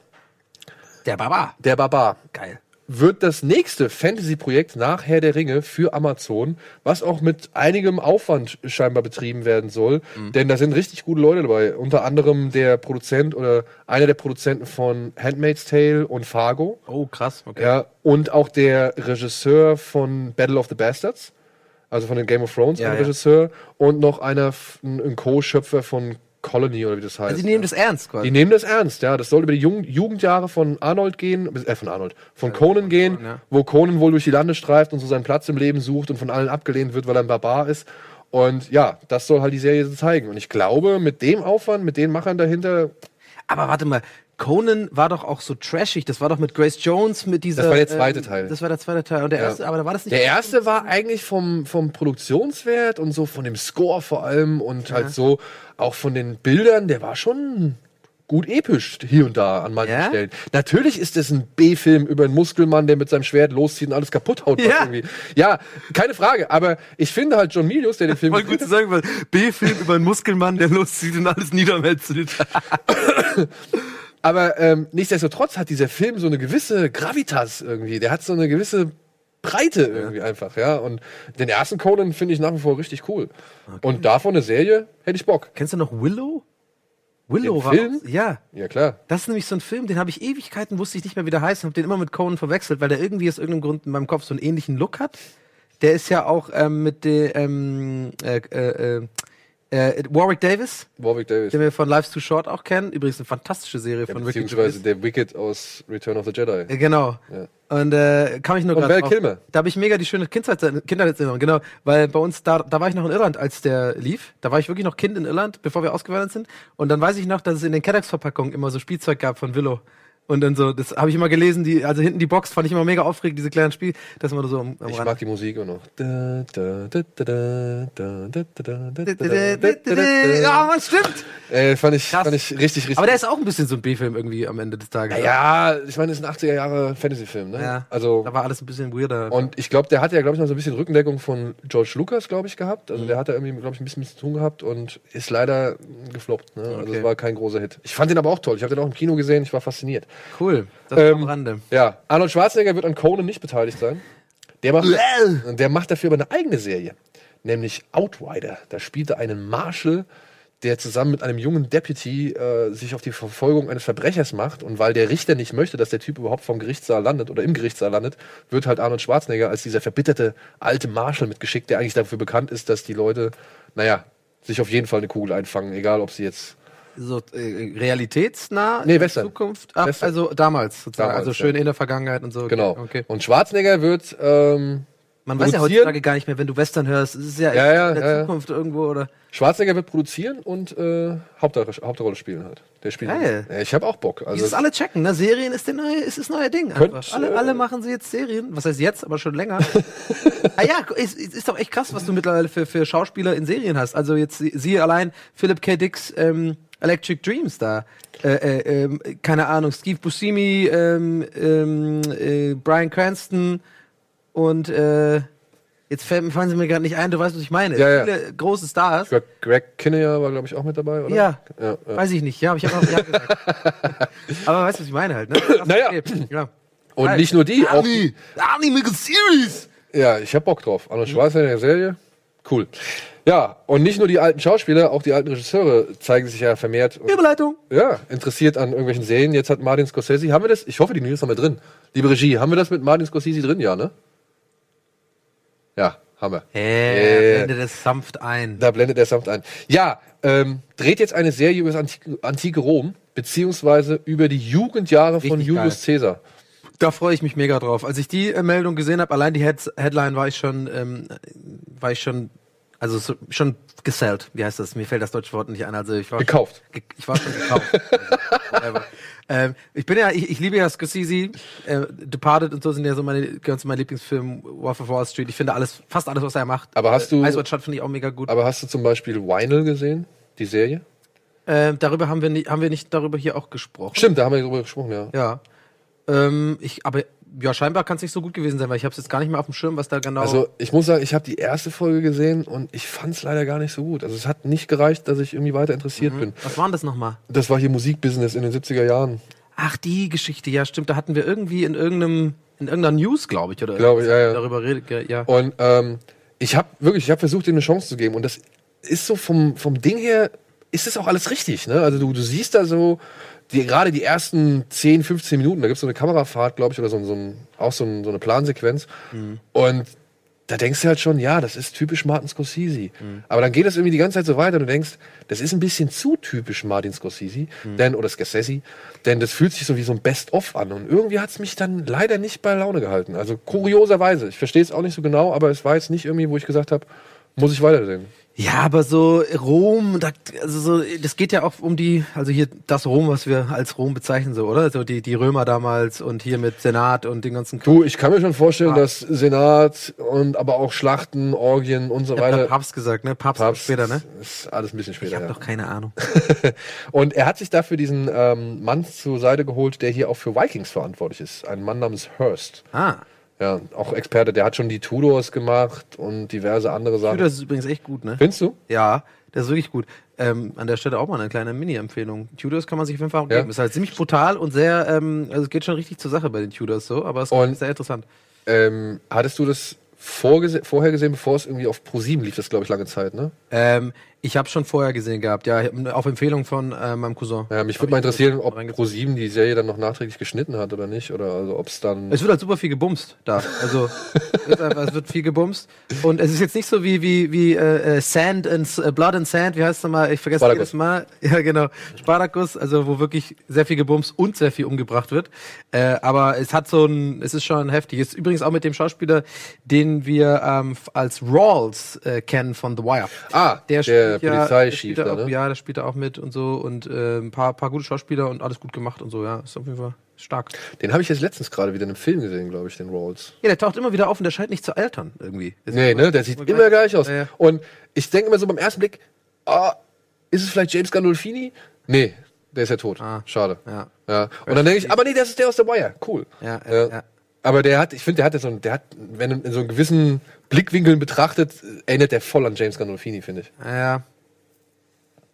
Speaker 1: Der Baba.
Speaker 2: der Barbar.
Speaker 1: Geil.
Speaker 2: wird das nächste Fantasy-Projekt nach Herr der Ringe für Amazon, was auch mit einigem Aufwand scheinbar betrieben werden soll.
Speaker 1: Mhm.
Speaker 2: Denn da sind richtig gute Leute dabei. Unter anderem der Produzent oder einer der Produzenten von Handmaid's Tale und Fargo.
Speaker 1: Oh, krass, okay.
Speaker 2: Ja, und auch der Regisseur von Battle of the Bastards, also von den Game of Thrones,
Speaker 1: Ja,
Speaker 2: ein
Speaker 1: ja.
Speaker 2: Regisseur. Und noch einer, f- ein ein Co-Schöpfer von Colony oder wie das heißt.
Speaker 1: Also, die nehmen das ernst
Speaker 2: Die
Speaker 1: quasi.
Speaker 2: nehmen das ernst, ja. Das soll über die Jugend Jugendjahre von Arnold gehen, äh, von Arnold, von Conan gehen,
Speaker 1: ja.
Speaker 2: wo Conan wohl durch die Lande streift und so seinen Platz im Leben sucht und von allen abgelehnt wird, weil er ein Barbar ist. Und ja, das soll halt die Serie so zeigen. Und ich glaube, mit dem Aufwand, mit den Machern dahinter,
Speaker 1: Aber warte mal, Conan war doch auch so trashig. Das war doch mit Grace Jones, mit dieser. äh,
Speaker 2: Das war der zweite Teil.
Speaker 1: Das war der zweite Teil. Und der erste, aber da war das nicht.
Speaker 2: der erste war eigentlich vom, vom Produktionswert und so von dem Score vor allem und halt so auch von den Bildern, der war schon gut episch hier und da an manchen
Speaker 1: Ja?
Speaker 2: Stellen. Natürlich ist es ein B-Film über einen Muskelmann, der mit seinem Schwert loszieht und alles kaputt haut. was
Speaker 1: Ja.
Speaker 2: Irgendwie. ja, keine Frage, aber ich finde halt John Milius, der den Film
Speaker 1: Voll gut zu sagen, weil B-Film über einen Muskelmann, der loszieht und alles *laughs* niedermetzelt.
Speaker 2: Aber ähm, nichtsdestotrotz hat dieser Film so eine gewisse Gravitas irgendwie. Der hat so eine gewisse Breite irgendwie einfach, ja. Und den ersten Conan finde ich nach wie vor richtig cool. Und davon eine Serie hätte ich Bock.
Speaker 1: Kennst du noch Willow? Willow
Speaker 2: Den Film?
Speaker 1: auch- Ja.
Speaker 2: Ja, klar.
Speaker 1: Das ist nämlich so ein Film, den habe ich Ewigkeiten, wusste ich nicht mehr, wie der heißt, und habe den immer mit Conan verwechselt, weil der irgendwie aus irgendeinem Grund in meinem Kopf so einen ähnlichen Look hat. Der ist ja auch ähm, mit dem ähm, äh, äh, äh, äh, Warwick Davis,
Speaker 2: Warwick Davis.
Speaker 1: den wir von Life's Too Short auch kennen. Übrigens eine fantastische Serie von Ricky
Speaker 2: Beziehungsweise
Speaker 1: Gervais.
Speaker 2: der Wicked aus Return of the Jedi.
Speaker 1: Äh, Genau. Und äh, kam ich nur
Speaker 2: Und
Speaker 1: gerade
Speaker 2: Val
Speaker 1: drauf.
Speaker 2: Kilmer.
Speaker 1: Da habe ich mega die schöne Kindheits- Kindheitserinnerung, genau. Weil bei uns, da, da war ich noch in Irland, als der lief. Da war ich wirklich noch Kind in Irland, bevor wir ausgewandert sind. Und dann weiß ich noch, dass es in den Kellogg's-Verpackungen immer so Spielzeug gab von Willow. Und dann so, das habe ich immer gelesen, die, also hinten die Box fand ich immer mega aufregend, diese kleinen Spiel, dass man so um, am, am
Speaker 2: Ich
Speaker 1: Rand-
Speaker 2: mag die Musik auch noch. Da, da, da, da, da, da, da, da, da, da, da, da, da, da.
Speaker 1: *laughs* Ja, man stimmt.
Speaker 2: Äh, fand ich,
Speaker 1: Krass.
Speaker 2: fand ich richtig, richtig.
Speaker 1: Aber der ist auch ein bisschen so ein B-Film irgendwie am Ende des Tages.
Speaker 2: ja, ich meine, das ist ein 80er Jahre Fantasy-Film, ne?
Speaker 1: Ja.
Speaker 2: Also,
Speaker 1: Da war alles ein bisschen weirder.
Speaker 2: Und ich glaube, der hat ja, glaube ich, noch so ein bisschen Rückendeckung von George Lucas, glaube ich, gehabt. Also der hat da irgendwie, glaube ich, ein bisschen mit zu tun gehabt und ist leider gefloppt. Ne? Also
Speaker 1: Okay.
Speaker 2: es war kein großer Hit. Ich fand den aber auch toll. Ich habe den auch im Kino gesehen. Ich war fasziniert.
Speaker 1: cool. Das war am
Speaker 2: Ähm,
Speaker 1: Rande.
Speaker 2: Ja, Arnold Schwarzenegger wird an Conan nicht beteiligt sein. Der macht, der macht dafür aber eine eigene Serie, nämlich Outrider. Da spielt er einen Marshal, der zusammen mit einem jungen Deputy äh, sich auf die Verfolgung eines Verbrechers macht. Und weil der Richter nicht möchte, dass der Typ überhaupt vom Gerichtssaal landet oder im Gerichtssaal landet, wird halt Arnold Schwarzenegger als dieser verbitterte alte Marshal mitgeschickt, der eigentlich dafür bekannt ist, dass die Leute, naja, sich auf jeden Fall eine Kugel einfangen, egal ob sie jetzt.
Speaker 1: So äh, realitätsnah
Speaker 2: Nee,
Speaker 1: in
Speaker 2: Western.
Speaker 1: Zukunft. Ach,
Speaker 2: Western.
Speaker 1: also damals sozusagen.
Speaker 2: Damals,
Speaker 1: also schön
Speaker 2: ja.
Speaker 1: in der Vergangenheit und so. Okay,
Speaker 2: Genau.
Speaker 1: Okay.
Speaker 2: Und Schwarzenegger wird. Ähm,
Speaker 1: Man weiß ja
Speaker 2: Produzieren.
Speaker 1: heutzutage gar nicht mehr, wenn du Western hörst. Es ist ja,
Speaker 2: Ja,
Speaker 1: echt
Speaker 2: ja,
Speaker 1: in der
Speaker 2: ja, ja.
Speaker 1: Zukunft irgendwo oder.
Speaker 2: Schwarzenegger wird produzieren und äh, Hauptrolle, Hauptrolle spielen halt. Der spielt.
Speaker 1: Geil.
Speaker 2: Ja, ich habe auch Bock. Also
Speaker 1: Also es alle checken, ne? Serien ist, der neue, ist das neue Ding.
Speaker 2: Könnt,
Speaker 1: einfach. alle,
Speaker 2: äh,
Speaker 1: alle machen sie jetzt Serien. Was heißt jetzt, aber schon
Speaker 2: *laughs*
Speaker 1: länger. ah ja, es, es ist doch echt krass, was du mittlerweile für, für Schauspieler in Serien hast. Also jetzt sie- siehe allein Philip K. Dicks ähm, Electric Dreams da. Äh, äh, ähm, keine Ahnung, Steve Buscemi, ähm, ähm, äh, Brian Cranston und äh, jetzt fällt- fallen sie mir gerade nicht ein, du weißt, was ich meine.
Speaker 2: Ja, ja.
Speaker 1: Viele große Stars.
Speaker 2: Greg, Greg Kinnear war, glaube ich, auch mit dabei, oder?
Speaker 1: Ja.
Speaker 2: ja, ja.
Speaker 1: Weiß ich nicht, ja, aber ich habe auch ja gesagt.
Speaker 2: *laughs*
Speaker 1: aber weißt du, was ich meine halt, ne? Krass,
Speaker 2: Naja.
Speaker 1: okay, ja.
Speaker 2: Und nicht nur die, auch die.
Speaker 1: Anime Series!
Speaker 2: Ja, ich hab Bock drauf.
Speaker 1: Mhm.
Speaker 2: Arnold Schwarzenegger in der Serie. Cool. Ja, und nicht nur die alten Schauspieler, auch die alten Regisseure zeigen sich ja vermehrt. Und,
Speaker 1: Überleitung!
Speaker 2: ja, interessiert an irgendwelchen Serien. Jetzt hat Martin Scorsese, haben wir das? Ich hoffe, die News haben wir drin. Liebe Regie, haben wir das mit Martin Scorsese drin? Ja, ne? Ja, haben wir.
Speaker 1: Äh,
Speaker 2: Äh.
Speaker 1: blende das sanft ein.
Speaker 2: Da blendet der Samt ein. Ja, ähm, dreht jetzt eine Serie über das antike, antike Rom, beziehungsweise über die Jugendjahre von
Speaker 1: Richtig
Speaker 2: Julius Caesar.
Speaker 1: Da freue ich mich mega drauf. Als ich die äh, Meldung gesehen habe, allein die Heads Headline war ich schon, ähm, war ich schon, also so, schon gesellt. Wie heißt das? Mir fällt das deutsche Wort nicht ein. Also ich war
Speaker 2: Gekauft.
Speaker 1: Ge ich war schon gekauft.
Speaker 2: *laughs*
Speaker 1: also, whatever. ähm, ich bin ja, ich, ich liebe ja Scorsese, äh, Departed und so sind ja so meine, gehören zu meinen Lieblingsfilmen, Wolf of Wall Street. Ich finde alles, fast alles, was er macht.
Speaker 2: Aber hast du-
Speaker 1: Äh, Ice Shot finde ich auch mega gut.
Speaker 2: Aber hast du zum Beispiel Vinyl gesehen, die Serie?
Speaker 1: Ähm, darüber haben wir, nicht, haben wir nicht darüber hier auch gesprochen.
Speaker 2: Stimmt, da haben wir drüber gesprochen, ja.
Speaker 1: Ja. Ähm, ich, aber ja, scheinbar kann es nicht so gut gewesen sein, weil ich habe es jetzt gar nicht mehr auf dem Schirm, was da genau.
Speaker 2: Also ich muss sagen, ich habe die erste Folge gesehen und ich fand es leider gar nicht so gut. Also es hat nicht gereicht, dass ich irgendwie weiter interessiert bin.
Speaker 1: was waren das nochmal?
Speaker 2: Das war hier Musikbusiness in den 70er Jahren,
Speaker 1: Ach, die Geschichte, ja, stimmt. Da hatten wir irgendwie in irgendeinem, in irgendeiner News, glaube ich, oder
Speaker 2: glaube ich. Ja, ja.
Speaker 1: darüber redet, ge- ja.
Speaker 2: Und ähm, ich habe wirklich, ich habe versucht, ihm eine Chance zu geben. Und das ist so vom, vom Ding her, ist es auch alles richtig. Ne? Also du, du siehst da so, die, gerade die ersten 10, 15 Minuten, da gibt es so eine Kamerafahrt, glaube ich, oder so, ein- so ein, auch so, ein, so eine Plansequenz. Und da denkst du halt schon, ja, das ist typisch Martin Scorsese.
Speaker 1: Mhm.
Speaker 2: Aber dann geht das irgendwie die ganze Zeit so weiter und du denkst, das ist ein bisschen zu typisch Martin Scorsese,
Speaker 1: Mhm.
Speaker 2: denn, oder Scorsese, denn das fühlt sich so wie so ein Best-of an. Und irgendwie hat es mich dann leider nicht bei Laune gehalten. Also kurioserweise, ich verstehe es auch nicht so genau, aber es war jetzt nicht irgendwie, wo ich gesagt habe, muss ich weitersehen.
Speaker 1: Ja, aber so Rom, da, also so, das geht ja auch um die, also hier das Rom, was wir als Rom bezeichnen, so, oder? So die, die Römer damals und hier mit Senat und den ganzen
Speaker 2: Du, ich kann mir schon vorstellen,
Speaker 1: Ah.
Speaker 2: dass Senat und aber auch Schlachten, Orgien und so
Speaker 1: Ich hab grad
Speaker 2: weiter.
Speaker 1: Papst gesagt, ne? Papst,
Speaker 2: Papst,
Speaker 1: später, ne?
Speaker 2: Ist alles ein bisschen
Speaker 1: Ich
Speaker 2: später.
Speaker 1: habe
Speaker 2: ja.
Speaker 1: doch keine Ahnung.
Speaker 2: Und er hat sich dafür diesen ähm, Mann zur Seite geholt, der hier auch für Vikings verantwortlich ist. Ein Mann namens Hurst.
Speaker 1: Ah.
Speaker 2: Ja, auch Experte. Der hat schon die Tudors gemacht und diverse andere Sachen.
Speaker 1: Das ist übrigens echt gut, ne?
Speaker 2: Findest du?
Speaker 1: Ja, das ist wirklich gut. Ähm, an der Stelle auch mal eine kleine Mini-Empfehlung. Tudors kann man sich auf jeden Fall auch
Speaker 2: Ja.
Speaker 1: geben. Ist halt ziemlich brutal und sehr, ähm, also es geht schon richtig zur Sache bei den Tudors so, aber es
Speaker 2: Und-
Speaker 1: ist sehr interessant.
Speaker 2: Ähm, hattest du das vorgese vorher gesehen, bevor es irgendwie auf ProSieben lief, das glaube ich lange Zeit, ne?
Speaker 1: Ähm, ich habe schon vorher gesehen gehabt, ja, auf Empfehlung von äh, meinem Cousin.
Speaker 2: Ja, mich
Speaker 1: Hab
Speaker 2: würde mal
Speaker 1: ich kurz
Speaker 2: interessieren, ob
Speaker 1: reingezogen.
Speaker 2: ProSieben die Serie dann noch nachträglich geschnitten hat oder nicht. Oder also ob es *laughs* dann.
Speaker 1: Es wird halt super viel gebumst da. Also es, einfach, es wird viel gebumst. Und es ist jetzt nicht so wie, wie, wie äh, äh, Sand and S- äh, Blood and Sand, wie heißt es nochmal? Ich vergesse
Speaker 2: Spartacus.
Speaker 1: jedes Mal. *laughs* Ja, genau. Spartacus, also wo wirklich sehr viel gebumst und sehr viel umgebracht wird. Äh, aber es hat so ein, es ist schon heftig. Ist übrigens auch mit dem Schauspieler, den wir ähm, f- als Rawls äh, kennen von The Wire.
Speaker 2: ah, der,
Speaker 1: spielt ja-
Speaker 2: Polizeichef
Speaker 1: spielt
Speaker 2: da,
Speaker 1: auch,
Speaker 2: ne?
Speaker 1: Ja, der spielt da auch mit und so und äh, ein paar, paar gute Schauspieler und alles gut gemacht und so, ja. Ist auf jeden Fall stark.
Speaker 2: Den habe ich jetzt letztens gerade wieder in einem Film gesehen, glaube ich, den Rawls.
Speaker 1: Ja, der taucht immer wieder auf und der scheint nicht zu altern irgendwie. Das
Speaker 2: Nee,
Speaker 1: ist
Speaker 2: ne? Der sieht
Speaker 1: immer
Speaker 2: immer gleich aus.
Speaker 1: Ja, ja.
Speaker 2: Und ich denke immer so beim ersten Blick, ah, ist es vielleicht James Gandolfini? Nee, der ist ja tot.
Speaker 1: Ah.
Speaker 2: Schade.
Speaker 1: Ja.
Speaker 2: Ja. Und dann denke ich, aber nee, das ist der aus der Wire. Cool.
Speaker 1: Ja, ja, ja.
Speaker 2: Aber der hat, ich finde, der hat ja so einen, der hat, wenn du in so einen gewissen Blickwinkeln betrachtet, äh, erinnert der voll an James Gandolfini, finde ich.
Speaker 1: Ja, ja.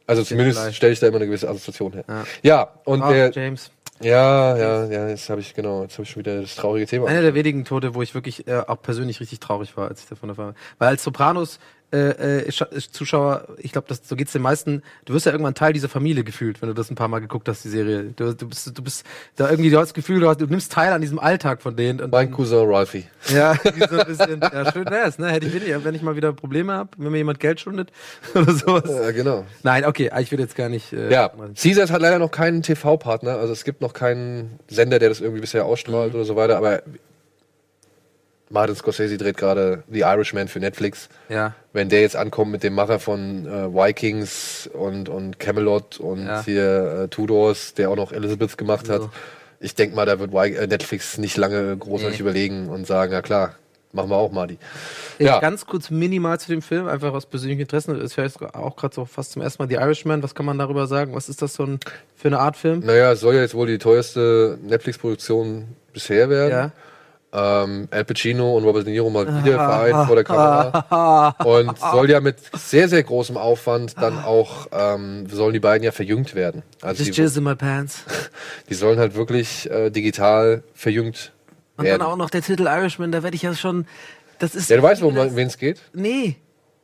Speaker 2: Also zumindest
Speaker 1: vielleicht.
Speaker 2: stelle ich da immer eine gewisse Assoziation her. Ja,
Speaker 1: Ja.
Speaker 2: und
Speaker 1: Ah,
Speaker 2: der,
Speaker 1: James.
Speaker 2: ja, ja, ja, jetzt habe ich, genau, jetzt habe ich schon wieder das traurige Thema.
Speaker 1: Einer der wenigen Tote, wo ich wirklich äh, auch persönlich richtig traurig war, als ich davon erfahren habe. Weil als Sopranos äh, äh, Scha- äh, Zuschauer, ich glaube, das- so geht's den meisten, du wirst ja irgendwann Teil dieser Familie gefühlt, wenn du das ein paar Mal geguckt hast, die Serie. Du, du, bist, du bist da irgendwie, du hast das Gefühl, du, hast, du nimmst teil an diesem Alltag von denen. Und
Speaker 2: Mein Cousin Ralphie.
Speaker 1: ja, *laughs* irgendwie so ein bisschen, ja, schön wär's, ne? Hätte ich wenig, wenn ich mal wieder Probleme habe, wenn mir jemand Geld schuldet *laughs* oder sowas.
Speaker 2: Äh, genau.
Speaker 1: Nein, okay, ich will jetzt gar nicht. Äh,
Speaker 2: Ja, Caesars hat leider noch keinen TV-Partner, also es gibt noch keinen Sender, der das irgendwie bisher ausstrahlt
Speaker 1: Mhm.
Speaker 2: oder so weiter, aber Martin Scorsese dreht gerade The Irishman für Netflix.
Speaker 1: Ja.
Speaker 2: Wenn der jetzt ankommt mit dem Macher von äh, Vikings und, und Camelot und
Speaker 1: Ja.
Speaker 2: hier äh, Tudors, der auch noch Elizabeth gemacht hat,
Speaker 1: So.
Speaker 2: ich denke mal, da wird Vi äh, Netflix nicht lange großartig überlegen und sagen, ja klar, machen wir auch mal die.
Speaker 1: Ja.
Speaker 2: Ja.
Speaker 1: Ganz kurz minimal zu dem Film, einfach aus persönlichem Interesse. Das höre ich auch gerade so fast zum ersten Mal. The Irishman, was kann man darüber sagen? Was ist das so ein, für eine Art Film?
Speaker 2: Naja, es soll ja jetzt wohl die teuerste Netflix-Produktion bisher werden.
Speaker 1: Ja.
Speaker 2: ähm, Al Pacino und Robert De
Speaker 1: *laughs*
Speaker 2: Niro mal wieder vereint vor der Kamera. Und soll ja mit sehr, sehr großem Aufwand dann auch, ähm, sollen die beiden ja verjüngt werden. Also
Speaker 1: Just
Speaker 2: die,
Speaker 1: jizz in my pants.
Speaker 2: die sollen halt wirklich äh, digital verjüngt
Speaker 1: Und
Speaker 2: werden.
Speaker 1: dann auch noch der Titel Irishman, da werde ich ja schon. Das ist.
Speaker 2: Ja, du weißt, um wen es geht?
Speaker 1: Nee.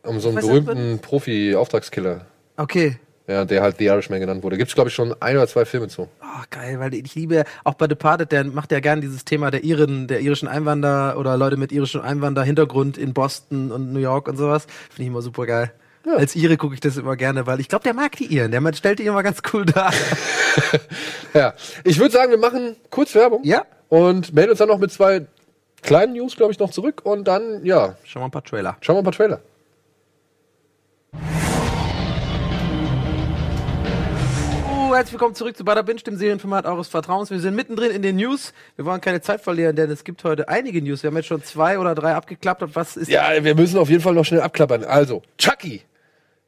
Speaker 2: Um so einen
Speaker 1: Ich weiß nicht,
Speaker 2: berühmten Profi-Auftragskiller,
Speaker 1: Okay.
Speaker 2: ja, der halt The Irishman genannt wurde. Gibt's, glaube ich, schon ein oder zwei Filme zu.
Speaker 1: Oh,
Speaker 2: *laughs*
Speaker 1: geil, weil ich liebe auch bei Departed, der macht ja gern dieses Thema der Iren, der irischen Einwanderer oder Leute mit irischem Einwanderhintergrund in Boston und New York und sowas. Finde ich immer super geil. Als Ire gucke ich das immer gerne, weil ich glaube, der mag die Iren. Der stellt die immer ganz cool dar.
Speaker 2: Ja, ich würde sagen, wir machen kurz Werbung.
Speaker 1: Ja.
Speaker 2: Und melden uns dann noch mit zwei kleinen News, glaube ich, noch zurück. Und dann, ja,
Speaker 1: Schau mal ein paar Trailer.
Speaker 2: schauen wir ein paar Trailer.
Speaker 1: Oh, herzlich willkommen zurück zu Bada Binge, dem Serienformat eures Vertrauens. Wir sind mittendrin in den News. Wir wollen keine Zeit verlieren, denn es gibt heute einige News. Wir haben jetzt schon zwei oder drei abgeklappt. Und was ist
Speaker 2: Ja, wir müssen auf jeden Fall noch schnell abklappern. Also, Chucky.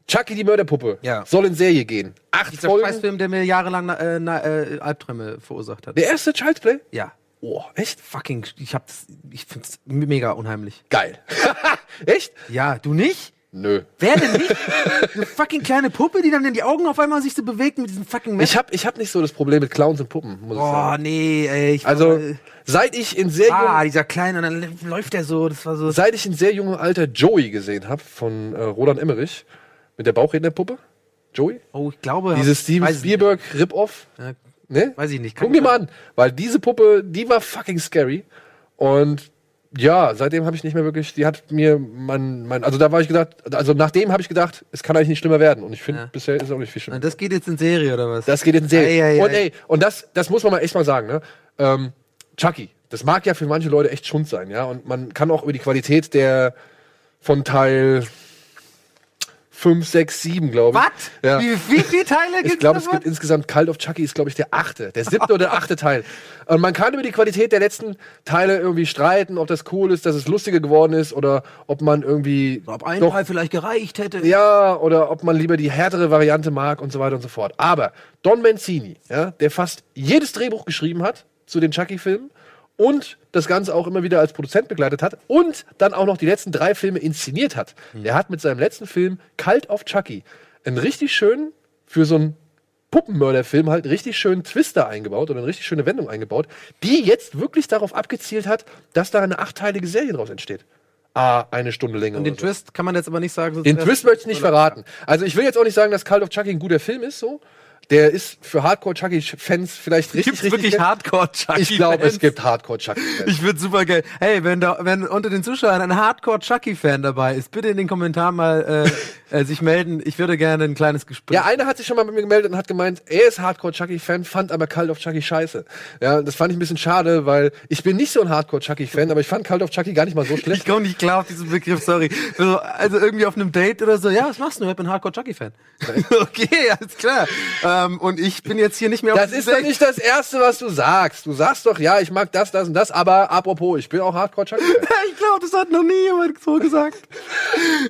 Speaker 2: Chucky die Mörderpuppe
Speaker 1: Ja.
Speaker 2: soll in Serie gehen. Acht
Speaker 1: dieser
Speaker 2: Folgen.
Speaker 1: Scheißfilm, der mir jahrelang äh, na, äh, Albträume verursacht hat?
Speaker 2: Der erste Child's Play?
Speaker 1: Ja.
Speaker 2: Oh, echt?
Speaker 1: Fucking, ich hab's, ich find's mega unheimlich.
Speaker 2: Geil. *laughs* echt?
Speaker 1: Ja, du nicht?
Speaker 2: Nö.
Speaker 1: Wer denn
Speaker 2: *laughs*
Speaker 1: nicht? Eine fucking kleine Puppe, die dann in die Augen auf einmal sich so bewegt mit diesem fucking
Speaker 2: Ich hab, ich hab nicht so das Problem mit Clowns und Puppen, muss ich
Speaker 1: Oh,
Speaker 2: sagen.
Speaker 1: nee, ey. Ich
Speaker 2: Also, seit ich in sehr jungen,
Speaker 1: ah, dieser Kleine, und dann läuft der so, das war so.
Speaker 2: seit ich in sehr jungem Alter Joey gesehen habe von äh, Roland Emmerich mit der Bauchrednerpuppe. Joey?
Speaker 1: Oh, ich glaube.
Speaker 2: Dieses Steven
Speaker 1: weiß ich nicht.
Speaker 2: Spielberg Rip-Off.
Speaker 1: Ja,
Speaker 2: Ne?
Speaker 1: Weiß ich nicht, kann
Speaker 2: Guck dir
Speaker 1: ich-
Speaker 2: mal an, weil diese Puppe, die war fucking scary. Und ja, seitdem habe ich nicht mehr wirklich, die hat mir mein, mein also da war ich gedacht, also nachdem habe ich gedacht, es kann eigentlich nicht schlimmer werden. Und ich finde,
Speaker 1: Ja.
Speaker 2: bisher ist es auch nicht viel schlimmer.
Speaker 1: Und Ah, das geht jetzt in Serie, oder was?
Speaker 2: Das geht in Serie.
Speaker 1: Ei, ei,
Speaker 2: und
Speaker 1: ei.
Speaker 2: ey, und das, das muss man mal echt mal sagen, ne? Ähm, Chucky, das mag ja für manche Leute echt Schund sein, ja. Und man kann auch über die Qualität der von Teil 5, 6, 7, glaube ich.
Speaker 1: Was?
Speaker 2: Ja.
Speaker 1: Wie, wie viele Teile gibt's
Speaker 2: Ich glaube, es
Speaker 1: davon?
Speaker 2: gibt insgesamt Cult of Chucky ist, glaube ich, der achte, der siebte oder achte Teil. Und man kann über die Qualität der letzten Teile irgendwie streiten, ob das cool ist, dass es lustiger geworden ist oder ob man irgendwie
Speaker 1: Ob ein
Speaker 2: doch,
Speaker 1: Teil vielleicht gereicht hätte.
Speaker 2: ja oder ob man lieber die härtere Variante mag und so weiter und so fort. Aber Don Mancini, ja, der fast jedes Drehbuch geschrieben hat zu den Chucky-Filmen und das Ganze auch immer wieder als Produzent begleitet hat und dann auch noch die letzten drei Filme inszeniert hat.
Speaker 1: Hm.
Speaker 2: Der hat mit seinem letzten Film Cult of Chucky einen richtig schönen für so einen Puppenmörderfilm halt einen richtig schönen Twister eingebaut oder eine richtig schöne Wendung eingebaut, die jetzt wirklich darauf abgezielt hat, dass da eine achteilige Serie draus entsteht. Ah, eine Stunde länger.
Speaker 1: Und
Speaker 2: oder
Speaker 1: den
Speaker 2: so.
Speaker 1: Twist kann man jetzt aber nicht sagen. sonst
Speaker 2: Den
Speaker 1: wär's-
Speaker 2: Twist möchte ich nicht verraten. Also ich will jetzt auch nicht sagen, dass Call of Chucky ein guter Film ist, so. Der ist für Hardcore-Chucky-Fans vielleicht richtig,
Speaker 1: Gibt's
Speaker 2: richtig
Speaker 1: wirklich
Speaker 2: geil.
Speaker 1: Hardcore-Chucky?
Speaker 2: Ich glaube, es
Speaker 1: Fans?
Speaker 2: gibt Hardcore-Chucky-Fans.
Speaker 1: Ich würde super geil. Hey, wenn da, wenn unter den Zuschauern ein Hardcore-Chucky-Fan dabei ist, bitte in den Kommentaren mal
Speaker 2: *laughs*
Speaker 1: äh, äh, sich melden. Ich würde gerne ein kleines Gespräch.
Speaker 2: Ja, einer hat sich schon mal bei mir gemeldet und hat gemeint, er ist Hardcore-Chucky-Fan, fand aber Call of Chucky scheiße. Ja, das fand ich ein bisschen schade, weil ich bin nicht so ein Hardcore-Chucky-Fan, aber ich fand Call of Chucky gar
Speaker 1: *laughs*
Speaker 2: nicht mal so
Speaker 1: Ich
Speaker 2: schlecht.
Speaker 1: komme nicht klar auf diesen Begriff, sorry. Also, also irgendwie auf einem Date oder so, ja, was machst du? Ich bin Hardcore-Chucky-Fan. *laughs* Okay, alles klar. Ähm, und ich bin jetzt hier nicht mehr auf
Speaker 2: Das
Speaker 1: diesem
Speaker 2: ist doch nicht das Erste, was du sagst. Du sagst doch, ja, ich mag das, das und das, aber apropos, ich bin auch Hardcore-Chucky-Fan.
Speaker 1: *laughs* Ich glaube, das hat noch nie jemand so
Speaker 2: *laughs*
Speaker 1: gesagt.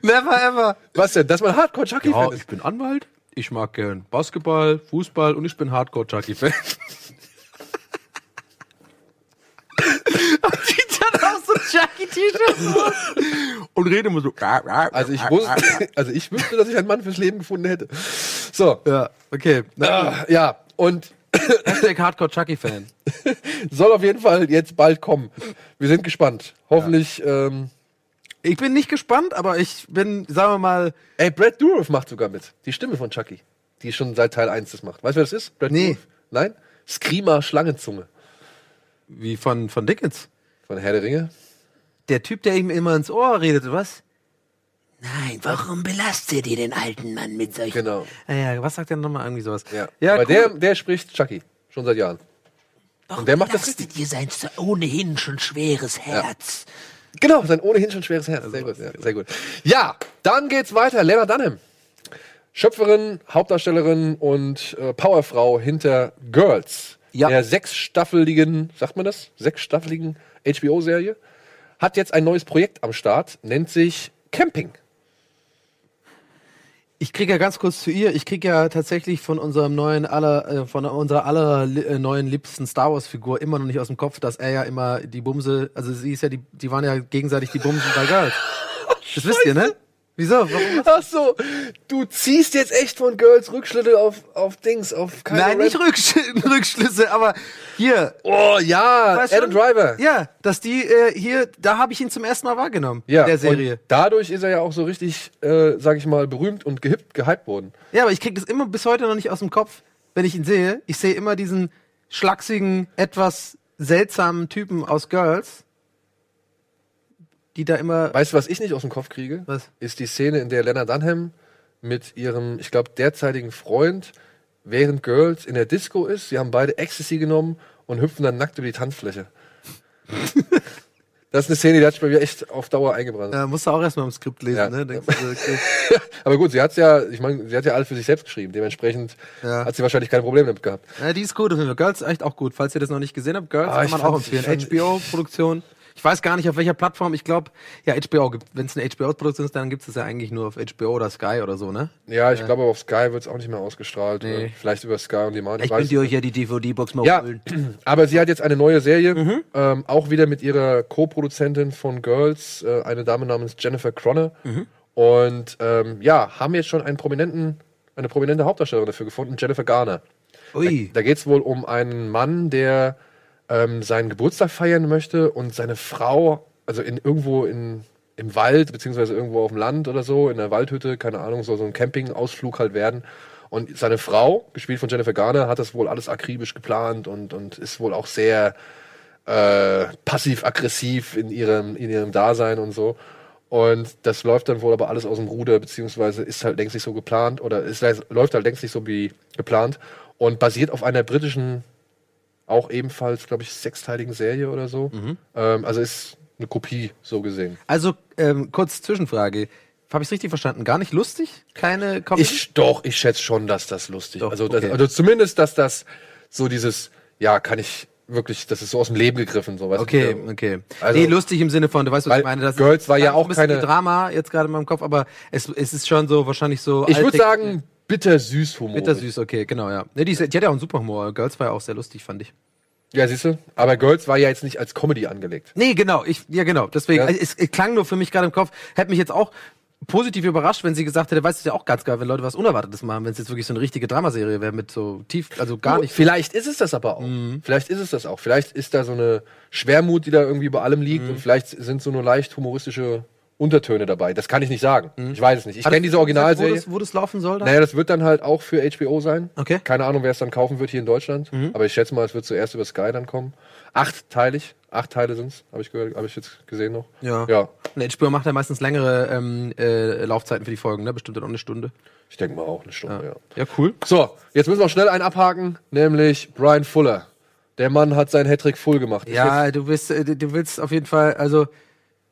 Speaker 1: Never ever.
Speaker 2: Was denn, dass man Hardcore-Chucky-Fan ist?
Speaker 1: bin Anwalt. Ich mag gern Basketball, Fußball und ich bin *laughs* Hardcore-Chucky-Fan. und zieht dann auch so ein Chucky-T-Shirt raus. Und rede immer so.
Speaker 2: Also
Speaker 1: Ah,
Speaker 2: ich, wusste, *laughs* also ich wüsste, dass ich einen Mann fürs Leben gefunden hätte. So,
Speaker 1: Ja, okay. Na,
Speaker 2: Ah, ja, und
Speaker 1: Hashtag Hardcore-Chucky-Fan.
Speaker 2: soll auf jeden Fall jetzt bald kommen. Wir sind gespannt. Hoffentlich ähm,
Speaker 1: Ich bin nicht gespannt, aber ich bin, sagen wir mal,
Speaker 2: Ey, Brad Dourif macht sogar mit. Die Stimme von Chucky. Die schon seit Teil 1 das macht. Weißt du, wer das ist? Brad
Speaker 1: Nee.
Speaker 2: Dourif? Nein? Screamer Schlangenzunge
Speaker 1: wie von, von Dickens.
Speaker 2: von Herr der Ringe.
Speaker 1: Der Typ, der ihm immer ins Ohr redet, was? Nein, warum belastet ihr den alten Mann mit solchen?
Speaker 2: Genau.
Speaker 1: Ah ja, was sagt er nochmal irgendwie sowas?
Speaker 2: Ja.
Speaker 1: ja
Speaker 2: Aber
Speaker 1: cool.
Speaker 2: der, der spricht Chucky. Schon seit Jahren.
Speaker 4: Warum
Speaker 2: der macht das
Speaker 4: belastet ihr sein so- ohnehin schon schweres Herz?
Speaker 2: Genau, sein ohnehin schon schweres
Speaker 1: Also
Speaker 2: Herz. Sehr gut, ja, sehr gut. Ja, dann geht's weiter. Lena Dunham. Schöpferin, Hauptdarstellerin und äh, Powerfrau hinter Girls.
Speaker 1: Ja.
Speaker 2: Der sechsstaffeligen, sagt man das? Sechsstaffeligen HBO-Serie. Hat jetzt ein neues Projekt am Start, nennt sich Camping. *laughs*
Speaker 1: Ich krieg ja ganz kurz zu ihr. Ich krieg ja tatsächlich von unserem neuen aller, äh, von unserer aller li- äh, neuen liebsten Star Wars Figur immer noch nicht aus dem Kopf, dass er ja immer die Bumse, also sie ist ja die, die waren ja gegenseitig die Bumsen bei Girls. Das wisst ihr, ne? Wieso? Warum?
Speaker 2: Ach so, du ziehst jetzt echt von Girls Rückschlüsse auf, auf Dings, auf Kylo
Speaker 1: Nein,
Speaker 2: Ren.
Speaker 1: nicht Rücksch *laughs* Rückschlüsse, aber hier.
Speaker 2: Oh ja,
Speaker 1: weißt
Speaker 2: Adam
Speaker 1: schon?
Speaker 2: Driver.
Speaker 1: Ja, dass die äh, hier, da habe ich ihn zum ersten Mal wahrgenommen. in der Serie.
Speaker 2: Und dadurch ist er ja auch so richtig, äh, sag ich mal, berühmt und gehypt, gehypt worden.
Speaker 1: Ja, aber ich krieg das immer bis heute noch nicht aus dem Kopf, wenn ich ihn sehe. Ich sehe immer diesen schlachsigen, etwas seltsamen Typen aus Girls, die da immer.
Speaker 2: Weißt du, was ich nicht aus dem Kopf kriege?
Speaker 1: Was?
Speaker 2: Ist die Szene, in der Lena Dunham mit ihrem, ich glaube, derzeitigen Freund, während Girls in der Disco ist, sie haben beide Ecstasy genommen und hüpfen dann nackt über die Tanzfläche. das ist eine Szene, die hat sich bei mir echt auf Dauer eingebrannt.
Speaker 1: Äh, musst du auch erstmal im Skript lesen,
Speaker 2: Ja.
Speaker 1: ne? Denkst du, so, okay.
Speaker 2: *laughs* Aber gut, sie hat's ja, ich meine, sie hat ja alles für sich selbst geschrieben. Dementsprechend
Speaker 1: Ja.
Speaker 2: hat sie wahrscheinlich kein Problem damit gehabt.
Speaker 1: ja, die ist gut. Girls ist echt auch gut. Falls ihr das noch nicht gesehen habt, Girls
Speaker 2: Ah,
Speaker 1: kann
Speaker 2: ich
Speaker 1: man auch
Speaker 2: fand's-
Speaker 1: empfehlen.
Speaker 2: ich fand-
Speaker 1: HBO-Produktion. Ich weiß gar nicht, auf welcher Plattform. Ich glaube, ja, HBO gibt. Wenn es eine HBO-Produktion ist, dann gibt es das ja eigentlich nur auf HBO oder Sky oder so, ne?
Speaker 2: Ja, ich glaube, aber auf Sky wird's auch nicht mehr ausgestrahlt. Oder vielleicht über Sky und Demand.
Speaker 4: Ich
Speaker 2: weiß
Speaker 4: könnte euch ja die DVD-Box mal
Speaker 2: Ja,
Speaker 4: holen.
Speaker 2: aber sie hat jetzt eine neue Serie, ähm, auch wieder mit ihrer Co-Produzentin von Girls, äh, eine Dame namens Jennifer Cronne. Und ähm, ja, haben jetzt schon einen prominenten, eine prominente Hauptdarstellerin dafür gefunden, Jennifer Garner.
Speaker 1: Ui.
Speaker 2: Da geht's wohl um einen Mann, der ähm, seinen Geburtstag feiern möchte und seine Frau, also in irgendwo in, im Wald, beziehungsweise irgendwo auf dem Land oder so, in einer Waldhütte, keine Ahnung, soll so ein Campingausflug halt werden. Und seine Frau, gespielt von Jennifer Garner, hat das wohl alles akribisch geplant und, und ist wohl auch sehr äh, passiv-aggressiv in ihrem, in ihrem Dasein und so. Und das läuft dann wohl aber alles aus dem Ruder, beziehungsweise ist halt längst nicht so geplant oder ist, läuft halt längst nicht so wie geplant und basiert auf einer britischen, auch ebenfalls, glaube ich, sechsteiligen Serie oder so.
Speaker 1: Mhm.
Speaker 2: Ähm, also ist eine Kopie, so gesehen.
Speaker 1: Also, ähm, kurz Zwischenfrage. Habe ich richtig verstanden? Gar nicht lustig? Keine Comedy?
Speaker 2: Ich, doch, ich schätze schon, dass das lustig
Speaker 1: Doch,
Speaker 2: also, das,
Speaker 1: okay.
Speaker 2: also zumindest, dass das so dieses, ja, kann ich wirklich, das ist so aus dem Leben gegriffen, so weißt du,
Speaker 1: Okay,
Speaker 2: dieser-
Speaker 1: okay.
Speaker 2: Also-
Speaker 1: nee, lustig im Sinne von, du weißt, was
Speaker 2: Weil
Speaker 1: ich meine. Das
Speaker 2: Girls war ja
Speaker 1: das ist
Speaker 2: auch
Speaker 1: ein bisschen
Speaker 2: keine-
Speaker 1: wie Drama jetzt gerade in meinem Kopf, aber es, es ist schon so wahrscheinlich so.
Speaker 2: Ich würde
Speaker 1: alltäglich-
Speaker 2: sagen, bittersüß Humor.
Speaker 1: Bittersüß, okay, genau, ja. Nee, die, ist, die hat ja auch einen super Humor. Girls war ja auch sehr lustig, fand ich.
Speaker 2: Ja, siehst du? Aber Girls war ja jetzt nicht als Comedy angelegt.
Speaker 1: Nee, genau, ich, ja, genau. Deswegen,
Speaker 2: Ja.
Speaker 1: es, es klang nur für mich gerade im Kopf. Hätte mich jetzt auch positiv überrascht, wenn sie gesagt hätte, weißt du, ist ja auch ganz geil, wenn Leute was Unerwartetes machen, wenn es jetzt wirklich so eine richtige Dramaserie wäre mit so tief, also gar nicht.
Speaker 2: Vielleicht ist es das aber auch.
Speaker 1: Mhm.
Speaker 2: Vielleicht ist es das auch. Vielleicht ist da so eine Schwermut, die da irgendwie bei allem
Speaker 1: Mhm.
Speaker 2: liegt. Und vielleicht sind so nur leicht humoristische Untertöne dabei. Das kann ich nicht sagen. Ich weiß es nicht. Ich
Speaker 1: Mhm. Hat
Speaker 2: kenne
Speaker 1: das
Speaker 2: diese
Speaker 1: Wo
Speaker 2: Originalserie.
Speaker 1: das, wo das laufen soll dann?
Speaker 2: Naja, das wird dann halt auch für HBO sein.
Speaker 1: Okay. Mhm.
Speaker 2: Keine Ahnung, wer es dann kaufen wird hier in Deutschland. Aber ich schätze mal, es wird zuerst über Sky dann kommen. Achtteilig. Acht Teile sind's. Habe ich gehört, habe ich jetzt gesehen noch.
Speaker 1: Ja.
Speaker 2: Ja.
Speaker 1: Ein HBO macht ja meistens längere ähm, äh, Laufzeiten für die Folgen, ne? Bestimmt dann auch eine Stunde.
Speaker 2: Ich denke mal auch eine Stunde, ja.
Speaker 1: Ja, cool.
Speaker 2: So, jetzt müssen wir schnell einen abhaken, nämlich Brian Fuller. Der Mann hat seinen Hattrick full gemacht. Ist
Speaker 1: Ja, du bist, äh, du du willst auf jeden Fall, also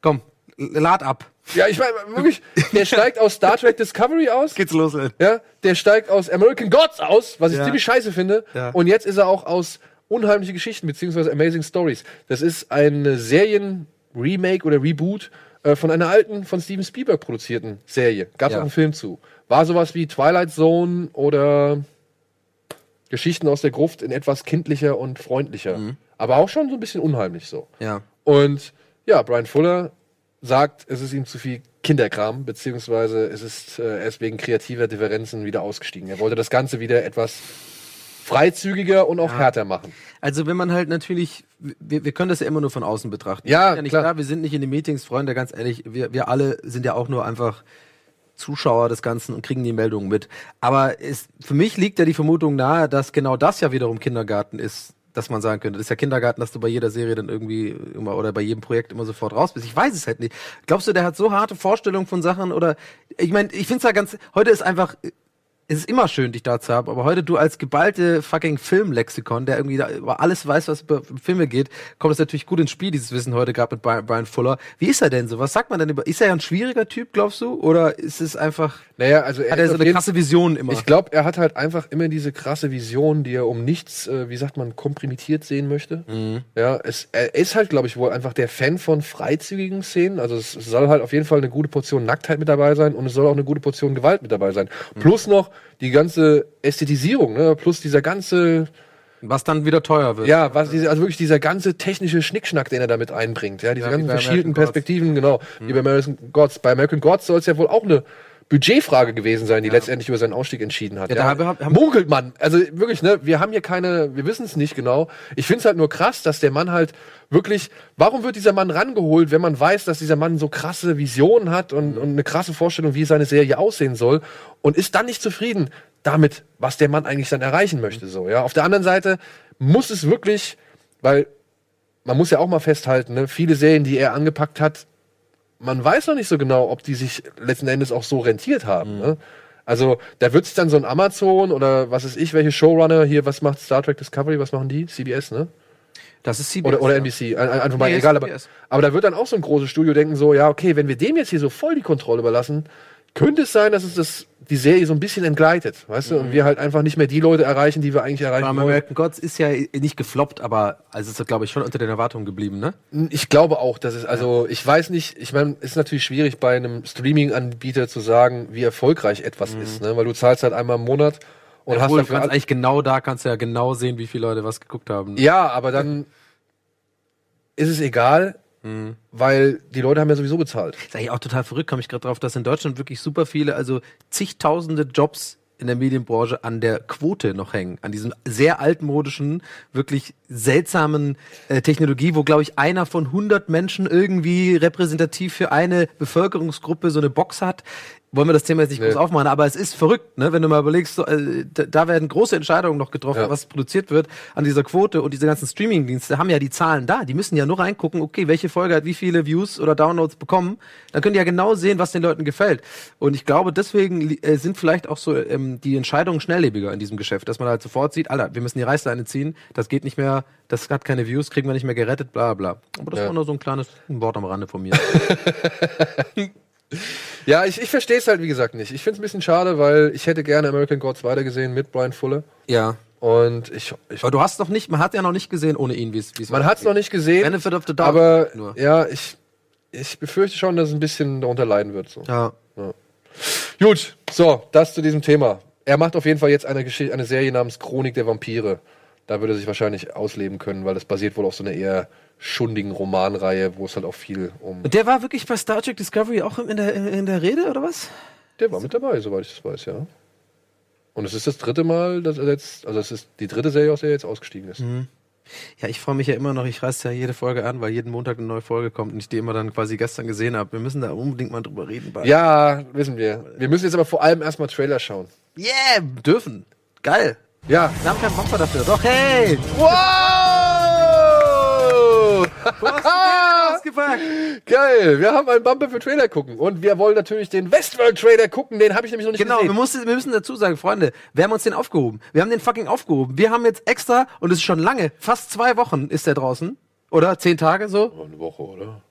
Speaker 1: komm, l- lad ab.
Speaker 2: Jetzt, ja, ich meine, wirklich, der steigt aus Star Trek Discovery aus.
Speaker 1: Geht's los, Leute.
Speaker 2: Ja, der steigt aus American Gods aus, was ich
Speaker 1: Ja.
Speaker 2: ziemlich scheiße finde.
Speaker 1: Ja.
Speaker 2: Und jetzt ist er auch aus Unheimliche Geschichten beziehungsweise Amazing Stories. Das ist ein Serien-Remake oder Reboot äh, von einer alten, von Steven Spielberg produzierten Serie. Gab es
Speaker 1: Ja.
Speaker 2: auch einen Film zu. War sowas wie Twilight Zone oder Geschichten aus der Gruft in etwas kindlicher und freundlicher.
Speaker 1: Mhm.
Speaker 2: Aber auch schon so ein bisschen unheimlich so.
Speaker 1: Ja.
Speaker 2: Und ja, Brian Fuller sagt, es ist ihm zu viel Kinderkram, beziehungsweise es ist, äh, er ist wegen kreativer Differenzen wieder ausgestiegen. Er wollte das Ganze wieder etwas freizügiger und auch härter machen.
Speaker 1: Also wenn man halt natürlich, wir, wir können das ja immer nur von außen betrachten.
Speaker 2: Ja,
Speaker 1: wir sind ja nicht
Speaker 2: klar.
Speaker 1: da, wir sind nicht in den Meetings, Freunde, ganz ehrlich, wir, wir alle sind ja auch nur einfach Zuschauer des Ganzen und kriegen die Meldungen mit. Aber es, für mich liegt ja die Vermutung nahe, dass genau das ja wiederum Kindergarten ist, dass man sagen könnte, das ist ja Kindergarten, dass du bei jeder Serie dann irgendwie immer oder bei jedem Projekt immer sofort raus bist. Ich weiß es halt nicht. Glaubst du, der hat so harte Vorstellungen von Sachen oder ich meine, ich find's ja ganz heute ist einfach es ist immer schön, dich da zu haben, aber heute du als geballte fucking Filmlexikon, der irgendwie da über alles weiß, was über Filme geht, kommt es natürlich gut ins Spiel, dieses Wissen heute gerade mit Brian Brian Fuller. Wie ist er denn so? Was sagt man denn über, ist er ein schwieriger Typ, glaubst du? Oder ist es einfach,
Speaker 2: Naja, also
Speaker 1: hat er
Speaker 2: ist
Speaker 1: so
Speaker 2: auf
Speaker 1: eine
Speaker 2: jeden-
Speaker 1: krasse Vision immer?
Speaker 2: Ich glaube, er hat halt einfach immer diese krasse Vision, die er um nichts, äh, wie sagt man, komprimiert sehen möchte. Ja, es, er ist halt, glaube ich, wohl einfach der Fan von freizügigen Szenen. Also es soll halt auf jeden Fall eine gute Portion Nacktheit mit dabei sein und es soll auch eine gute Portion Gewalt mit dabei sein. Plus noch die ganze Ästhetisierung, ne? plus dieser ganze
Speaker 1: was dann wieder teuer wird.
Speaker 2: ja, was diese, also wirklich dieser ganze technische Schnickschnack, den er damit einbringt, ja, diese
Speaker 1: Ja, wie
Speaker 2: ganzen
Speaker 1: bei
Speaker 2: verschielten
Speaker 1: American Gods.
Speaker 2: Perspektiven, genau,
Speaker 1: Mhm.
Speaker 2: wie bei American Gods. Bei American Gods soll es ja wohl auch eine Budgetfrage gewesen sein, die letztendlich über seinen Ausstieg entschieden hat.
Speaker 1: Ja,
Speaker 2: Ja,
Speaker 1: da hab- haben-
Speaker 2: Munkelt man. Also wirklich, ne, wir haben hier keine, wir wissen es nicht genau. Ich finde es halt nur krass, dass der Mann halt wirklich, warum wird dieser Mann rangeholt, wenn man weiß, dass dieser Mann so krasse Visionen hat und,
Speaker 1: Mhm.
Speaker 2: und eine krasse Vorstellung, wie seine Serie aussehen soll und ist dann nicht zufrieden damit, was der Mann eigentlich dann erreichen möchte, so, ja. Auf der anderen Seite muss es wirklich, weil man muss ja auch mal festhalten, ne, viele Serien, die er angepackt hat, man weiß noch nicht so genau, ob die sich letzten Endes auch so rentiert haben.
Speaker 1: Mhm.
Speaker 2: Ne? Also da wird sich dann so ein Amazon oder was ist ich, welche Showrunner hier, was macht Star Trek Discovery, was machen die? CBS, ne?
Speaker 1: Das ist CBS.
Speaker 2: Oder, oder
Speaker 1: ja.
Speaker 2: NBC, ein- ein- einfach mal
Speaker 1: Nee,
Speaker 2: egal. Aber,
Speaker 1: CBS.
Speaker 2: aber da wird dann auch so ein großes Studio denken, so, ja, okay, wenn wir dem jetzt hier so voll die Kontrolle überlassen, könnte es sein, dass es das, die Serie so ein bisschen entgleitet,
Speaker 1: Mhm.
Speaker 2: weißt du? Und wir halt einfach nicht mehr die Leute erreichen, die wir eigentlich
Speaker 1: Bei
Speaker 2: erreichen wollen.
Speaker 1: American Gods ist ja nicht gefloppt, aber also ist er, glaube ich, schon unter den Erwartungen geblieben, ne?
Speaker 2: Ich glaube auch, dass es, also ich weiß nicht, ich meine, es ist natürlich schwierig bei einem Streaming-Anbieter zu sagen, wie erfolgreich etwas ist, ne? weil du zahlst halt einmal im Monat und hast
Speaker 1: Obwohl, Mhm. du
Speaker 2: dafür
Speaker 1: kannst
Speaker 2: all-
Speaker 1: eigentlich genau da, kannst du ja genau sehen, wie viele Leute was geguckt haben. ne?
Speaker 2: Ja, aber dann ist es egal,
Speaker 1: Mhm.
Speaker 2: weil die Leute haben ja sowieso bezahlt.
Speaker 1: Ist eigentlich auch total verrückt, komme ich gerade drauf, dass in Deutschland wirklich super viele, also zigtausende Jobs in der Medienbranche an der Quote noch hängen, an diesem sehr altmodischen, wirklich seltsamen äh, Technologie, wo, glaube ich, einer von 100 Menschen irgendwie repräsentativ für eine Bevölkerungsgruppe so eine Box hat. Wollen wir das Thema jetzt nicht groß aufmachen, aber es ist verrückt, ne? wenn du mal überlegst, so, äh, da, da werden große Entscheidungen noch getroffen,
Speaker 2: Ja.
Speaker 1: was produziert wird an dieser Quote und diese ganzen Streaming-Dienste haben ja die Zahlen da, die müssen ja nur reingucken, okay, welche Folge hat wie viele Views oder Downloads bekommen, dann können die ja genau sehen, was den Leuten gefällt. Und ich glaube, deswegen li- äh, sind vielleicht auch so ähm, die Entscheidungen schnelllebiger in diesem Geschäft, dass man halt sofort sieht, Alter, wir müssen die Reißleine ziehen, das geht nicht mehr, das hat keine Views, kriegen wir nicht mehr gerettet, bla bla. Aber das war nur so ein kleines Wort am Rande von mir.
Speaker 2: Ja, ich, ich verstehe es halt, wie gesagt, nicht. Ich finde es ein bisschen schade, weil ich hätte gerne American Gods weitergesehen mit Brian Fuller.
Speaker 1: ja.
Speaker 2: Und ich, ich
Speaker 1: Aber du hast noch nicht, man hat ja noch nicht gesehen ohne ihn, wie es wie es
Speaker 2: man hat es noch nicht gesehen,
Speaker 1: Benefit of the doubt.
Speaker 2: aber
Speaker 1: nur.
Speaker 2: ja, ich, ich befürchte schon, dass es ein bisschen darunter leiden wird. So.
Speaker 1: Ja.
Speaker 2: Gut, so, das zu diesem Thema. Er macht auf jeden Fall jetzt eine, Geschichte, eine Serie namens Chronik der Vampire. Da würde er sich wahrscheinlich ausleben können, weil das basiert wohl auf so einer eher schundigen Romanreihe, wo es halt auch viel um.
Speaker 1: Und der war wirklich bei Star Trek Discovery auch in der, in der Rede, oder was?
Speaker 2: Der war mit dabei, soweit ich das weiß, ja. Und es ist das dritte Mal, dass er jetzt, also es ist die dritte Serie, aus der er jetzt ausgestiegen ist.
Speaker 1: Ja, ich freue mich ja immer noch. Ich reiße ja jede Folge an, weil jeden Montag eine neue Folge kommt und ich die immer dann quasi gestern gesehen habe. Wir müssen da unbedingt mal drüber reden. Bald.
Speaker 2: Ja, wissen wir. Wir müssen jetzt aber vor allem erstmal Trailer schauen.
Speaker 1: Yeah, dürfen. Geil.
Speaker 2: Ja.
Speaker 1: Wir haben keinen Buffer dafür. Doch, hey!
Speaker 2: *laughs* Wow!
Speaker 1: Ausgepackt.
Speaker 2: Geil, wir haben einen Bumper für Trailer gucken. Und wir wollen natürlich den Westworld Trailer gucken, den habe ich nämlich noch nicht
Speaker 1: *laughs* Genau, wir,
Speaker 2: gesehen.
Speaker 1: mussten, wir müssen dazu sagen, Freunde, wir haben uns den aufgehoben. Wir haben den fucking aufgehoben. Wir haben jetzt extra, und es ist schon lange, fast zwei Wochen ist der draußen. Oder zehn Tage so?
Speaker 2: Genau. Eine Woche, oder?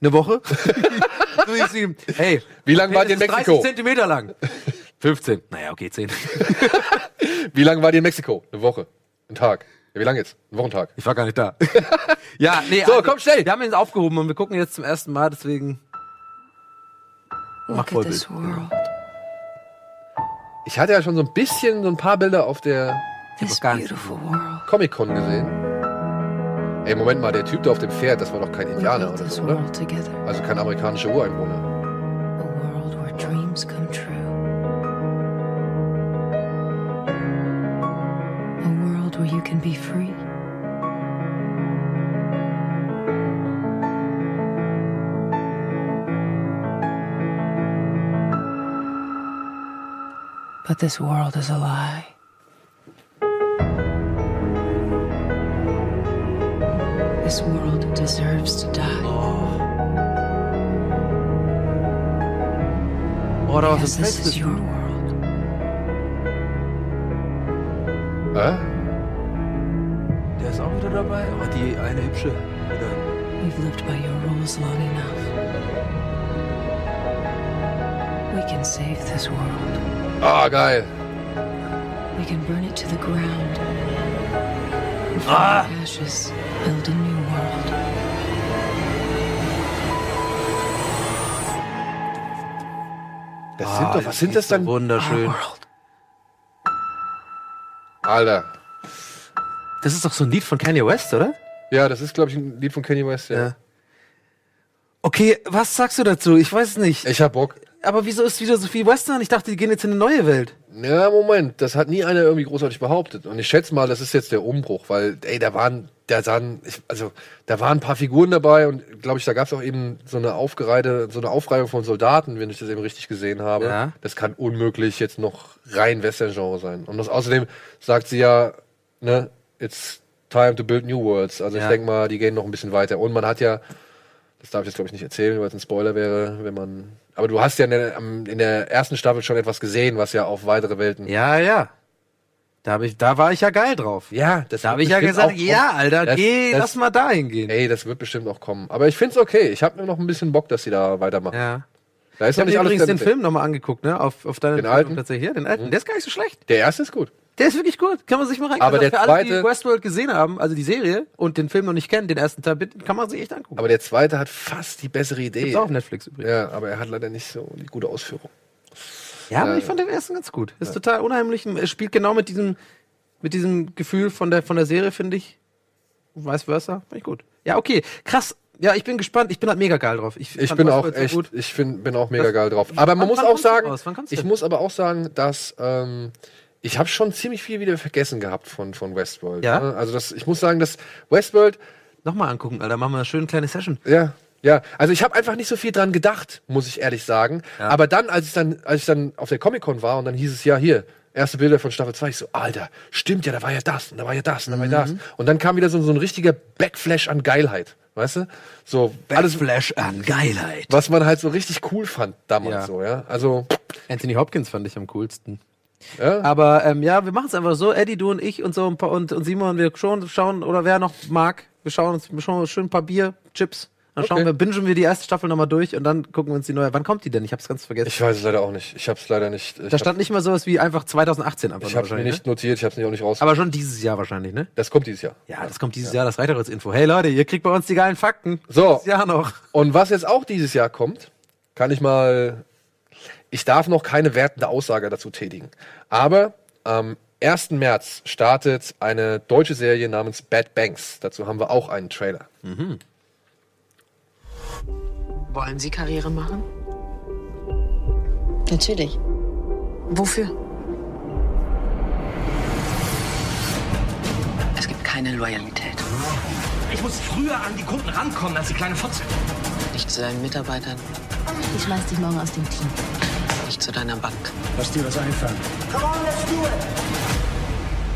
Speaker 1: Eine Woche? *laughs* Du, ich sehe- hey,
Speaker 2: Wie lang wart ihr in
Speaker 1: mindestens
Speaker 2: Mexiko?
Speaker 1: 30 Zentimeter *laughs* lang. 15. Naja, okay, 10.
Speaker 2: Wie lange war die in Mexiko? Eine Woche. Ein Tag. Ja, wie lange jetzt? Ein Wochentag.
Speaker 1: Ich war gar nicht da. *laughs* ja, nee. also,
Speaker 2: So, komm, schnell.
Speaker 1: Wir haben ihn aufgehoben und wir gucken jetzt zum ersten Mal, deswegen. Mach
Speaker 5: Look at this world.
Speaker 2: Ich hatte ja schon so ein bisschen, so ein paar Bilder auf der
Speaker 5: This
Speaker 1: gar nicht
Speaker 5: beautiful world.
Speaker 2: Comic-Con gesehen. Ey, Moment mal, der Typ da auf dem Pferd, das war doch kein
Speaker 5: We
Speaker 2: Indianer
Speaker 5: built
Speaker 2: oder
Speaker 5: this
Speaker 2: so, oder?
Speaker 5: world together.
Speaker 2: Also kein amerikanischer Ureinwohner.
Speaker 5: A world where dreams come true. A you can be free. But this world is a lie. This world deserves to die.
Speaker 2: Oh, da
Speaker 5: Because this is your world.
Speaker 2: Äh?
Speaker 1: Der ist auch wieder dabei. Oh, die eine hübsche. Oder-
Speaker 5: We've lived by your rules long enough. We can save this world.
Speaker 2: Ah, geil.
Speaker 5: We can burn it to the ground. And From the ashes, build a new world.
Speaker 2: Das
Speaker 1: Ah,
Speaker 2: sind doch, was
Speaker 1: das Ah.
Speaker 2: sind
Speaker 1: ist
Speaker 2: das
Speaker 1: so
Speaker 2: dann?
Speaker 1: Wunderschön.
Speaker 2: Alter.
Speaker 1: Das ist doch so ein Lied von Kanye West, oder?
Speaker 2: Ja, das ist, glaube ich, ein Lied von Kanye West. Ja.
Speaker 1: Ja. Okay, was sagst du dazu? Ich weiß nicht.
Speaker 2: Ich hab Bock.
Speaker 1: Aber wieso ist wieder so viel Western? Ich dachte, die gehen jetzt in eine neue Welt.
Speaker 2: Ja, Moment, das hat nie einer irgendwie großartig behauptet. Und ich schätze mal, das ist jetzt der Umbruch, weil, ey, da waren, da sahen, ich, also, da waren ein paar Figuren dabei und, glaube ich, da gab es auch eben so eine aufgereihte, so eine Aufreihung von Soldaten, wenn ich das eben richtig gesehen habe.
Speaker 1: Ja.
Speaker 2: Das kann unmöglich jetzt noch rein Western-Genre sein. Und das, außerdem sagt sie ja, ne, it's time to build new worlds. Also,
Speaker 1: Ja.
Speaker 2: ich denke mal, die gehen noch ein bisschen weiter. Und man hat ja, das darf ich jetzt, glaube ich, nicht erzählen, weil es ein Spoiler wäre, wenn man. Aber du hast ja in der, am- in der ersten Staffel schon etwas gesehen, was ja auf weitere Welten.
Speaker 1: Ja, ja. Da, hab ich, da war ich ja geil drauf.
Speaker 2: Ja, das
Speaker 1: Da
Speaker 2: wird
Speaker 1: habe ich ja
Speaker 2: bestimmt
Speaker 1: gesagt,
Speaker 2: auch-
Speaker 1: ja, Alter,
Speaker 2: das-
Speaker 1: geh,
Speaker 2: das-
Speaker 1: lass mal dahin gehen.
Speaker 2: Ey, das wird bestimmt auch kommen. Aber ich find's okay. Ich hab mir noch ein bisschen Bock, dass sie da weitermachen.
Speaker 1: Ja.
Speaker 2: Da ist
Speaker 1: Ich
Speaker 2: noch
Speaker 1: habe
Speaker 2: nicht alles
Speaker 1: übrigens den
Speaker 2: fertig.
Speaker 1: Film nochmal angeguckt, ne? Auf, auf deinen
Speaker 2: Den alten? Mhm.
Speaker 1: tatsächlich. Ja, den alten. Der ist gar nicht so schlecht.
Speaker 2: Der erste ist gut.
Speaker 1: Der ist wirklich gut. Kann man sich mal rein.
Speaker 2: Aber
Speaker 1: also
Speaker 2: der
Speaker 1: für alle, die
Speaker 2: zweite-
Speaker 1: Westworld gesehen haben, also die Serie und den Film noch nicht kennen, den ersten Teil, bitte, kann man sich echt angucken.
Speaker 2: Aber der zweite hat fast die bessere Idee.
Speaker 1: Gibt's auch auf Netflix übrigens.
Speaker 2: ja, aber er hat leider nicht so die gute Ausführung.
Speaker 1: Ja,
Speaker 2: äh,
Speaker 1: aber ich fand den ersten ganz gut. Ist total unheimlich. Es spielt genau mit diesem, mit diesem Gefühl von der, von der Serie, finde ich. Und Vice versa. Fand ich gut. Ja, okay. Krass. Ja, ich bin gespannt. Ich bin halt mega geil drauf.
Speaker 2: Ich
Speaker 1: fand
Speaker 2: bin auch
Speaker 1: Westworld so
Speaker 2: echt,
Speaker 1: gut.
Speaker 2: ich find, bin auch mega geil drauf. Aber man
Speaker 1: wann-
Speaker 2: muss
Speaker 1: wann
Speaker 2: auch
Speaker 1: kommst du
Speaker 2: sagen,
Speaker 1: raus? Wann kommst du?
Speaker 2: ich muss aber auch sagen, dass ähm, ich habe schon ziemlich viel wieder vergessen gehabt von, von Westworld.
Speaker 1: Ja?
Speaker 2: ne? Also das, ich muss sagen, dass Westworld,
Speaker 1: Nochmal angucken, Alter. Machen wir eine schöne kleine Session.
Speaker 2: ja, ja, also ich habe einfach nicht so viel dran gedacht, muss ich ehrlich sagen. Aber dann, als ich dann, als ich dann auf der Comic Con war und dann hieß es ja hier. Erste Bilder von Staffel 2, ich so, Alter, stimmt ja, da war ja das und da war ja das und da war ja
Speaker 1: Mhm.
Speaker 2: das. Und dann kam wieder so, so ein richtiger Backflash an Geilheit, weißt du? So, alles,
Speaker 1: Flash an Geilheit.
Speaker 2: was man halt so richtig cool fand damals
Speaker 1: Ja.
Speaker 2: so, ja. Also,
Speaker 1: Anthony Hopkins fand ich am coolsten.
Speaker 2: ja.
Speaker 1: Aber ähm, ja, wir machen es einfach so. Eddie, du und ich und so ein paar, und, und Simon, wir schon schauen, oder wer noch mag, wir schauen uns wir schauen uns schön ein paar Bier, Chips. Dann schauen
Speaker 2: Okay.
Speaker 1: wir, bingen wir die erste Staffel nochmal durch und dann gucken wir uns die neue. Wann kommt die denn? Ich hab's ganz vergessen.
Speaker 2: Ich weiß es leider auch nicht. Ich habe es leider nicht. Ich
Speaker 1: da
Speaker 2: habe
Speaker 1: stand nicht mal sowas wie einfach 2018 einfach
Speaker 2: ich
Speaker 1: nur
Speaker 2: hab's mir
Speaker 1: wahrscheinlich,
Speaker 2: nicht notiert. Ich habe es mir auch nicht raus.
Speaker 1: Ne? Aber schon dieses Jahr wahrscheinlich, ne?
Speaker 2: das kommt dieses Jahr.
Speaker 1: Ja, das kommt dieses Jahr, das reicht doch als Info. Hey Leute, ihr kriegt bei uns die geilen Fakten.
Speaker 2: So.
Speaker 1: Dieses Jahr noch.
Speaker 2: Und was jetzt auch dieses Jahr kommt, kann ich mal. Ich darf noch keine wertende Aussage dazu tätigen. Aber am 1. März startet eine deutsche Serie namens Bad Banks. Dazu haben wir auch einen Trailer.
Speaker 6: Wollen Sie Karriere machen?
Speaker 7: Natürlich.
Speaker 6: Wofür? Es gibt keine Loyalität.
Speaker 4: Ich muss früher an die Kunden rankommen als die kleine Fotze.
Speaker 6: Nicht zu deinen Mitarbeitern,
Speaker 7: Ich schmeiß dich morgen aus dem Team.
Speaker 6: nicht zu deiner Bank.
Speaker 8: Lass dir was einfallen.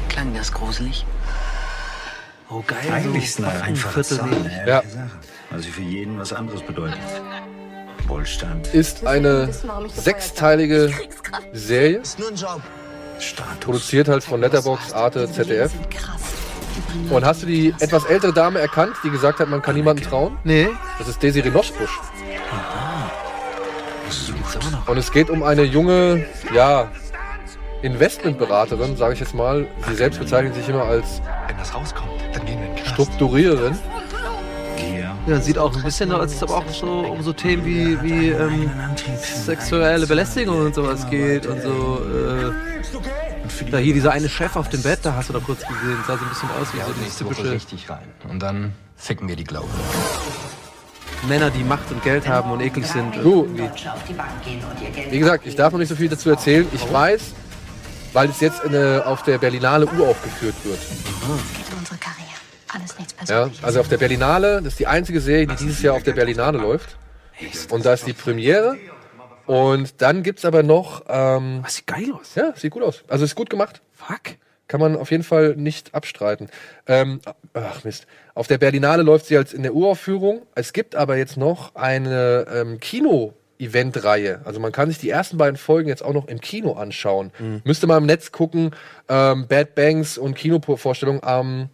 Speaker 6: Klang das gruselig?
Speaker 1: Oh geil.
Speaker 8: Eigentlich ist eine einfache Zahl, eine ehrliche
Speaker 2: Ja.
Speaker 8: Sache. Weil sie für jeden was anderes bedeutet. Wohlstand,
Speaker 2: Ist eine sechsteilige Serie,
Speaker 8: Status.
Speaker 2: produziert halt von Letterboxd, Arte, ZDF. Und hast du die etwas ältere Dame erkannt, die gesagt hat, man kann niemandem trauen?
Speaker 1: Nee.
Speaker 2: Das ist Desiree Nosbusch. Und es geht um eine junge, ja, Investmentberaterin, sage ich jetzt mal. Sie selbst bezeichnet sich immer als
Speaker 8: Wenn das rauskommt, dann gehen wir in den Knast.
Speaker 2: Strukturiererin.
Speaker 8: Gier,
Speaker 1: Ja, sieht auch ein bisschen aus, als es aber auch so um so Themen wie, wie ähm, sexuelle Belästigung und sowas geht und so. Äh, da hier dieser eine Chef auf dem Bett, da hast du doch kurz gesehen, sah so ein bisschen aus wie so dieses typische
Speaker 9: richtig rein. Und dann ficken wir die Glaube.
Speaker 1: Männer, die Macht und Geld haben und eklig sind.
Speaker 2: Du,
Speaker 1: irgendwie.
Speaker 2: wie gesagt, ich darf noch nicht so viel dazu erzählen. Ich weiß, weil es jetzt in, äh, auf der Berlinale uraufgeführt wird.
Speaker 7: Es geht um unsere Karriere. Alles nichts
Speaker 2: Ja,
Speaker 7: Persönliches.
Speaker 2: also auf der Berlinale, das ist die einzige Serie, die dieses Jahr auf der Berlinale läuft. Und da ist die Premiere. Und dann gibt's aber noch, ähm,
Speaker 1: Was sieht geil aus.
Speaker 2: ja, sieht gut aus. Also ist gut gemacht.
Speaker 1: Fuck.
Speaker 2: Kann man auf jeden Fall nicht abstreiten. Ähm, ach Mist. Auf der Berlinale läuft sie als in der Uraufführung. Es gibt aber jetzt noch eine ähm, Kino-Event-Reihe. Also man kann sich die ersten beiden Folgen jetzt auch noch im Kino anschauen. Müsste mal im Netz gucken. Ähm, Bad Bangs und Kinovorstellung am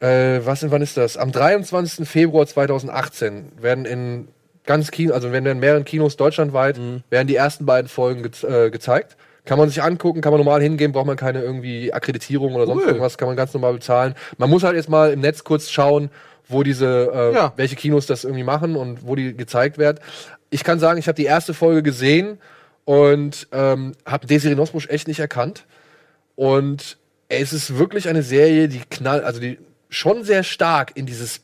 Speaker 2: äh, was denn, wann ist das? Am 23. Februar 2018 werden in ganz Kino, also werden in mehreren Kinos deutschlandweit,
Speaker 1: Mhm.
Speaker 2: werden die ersten beiden Folgen gez äh, gezeigt. Kann man sich angucken, kann man normal hingehen, braucht man keine irgendwie Akkreditierung oder sonst
Speaker 1: Cool.
Speaker 2: irgendwas, kann man ganz normal bezahlen. Man muss halt jetzt mal im Netz kurz schauen, wo diese, äh,
Speaker 1: Ja.
Speaker 2: welche Kinos das irgendwie machen und wo die gezeigt wird. Ich kann sagen, ich habe die erste Folge gesehen und ähm, habe Desiree Nosbusch echt nicht erkannt. Und es ist wirklich eine Serie, die knall, also die schon sehr stark in dieses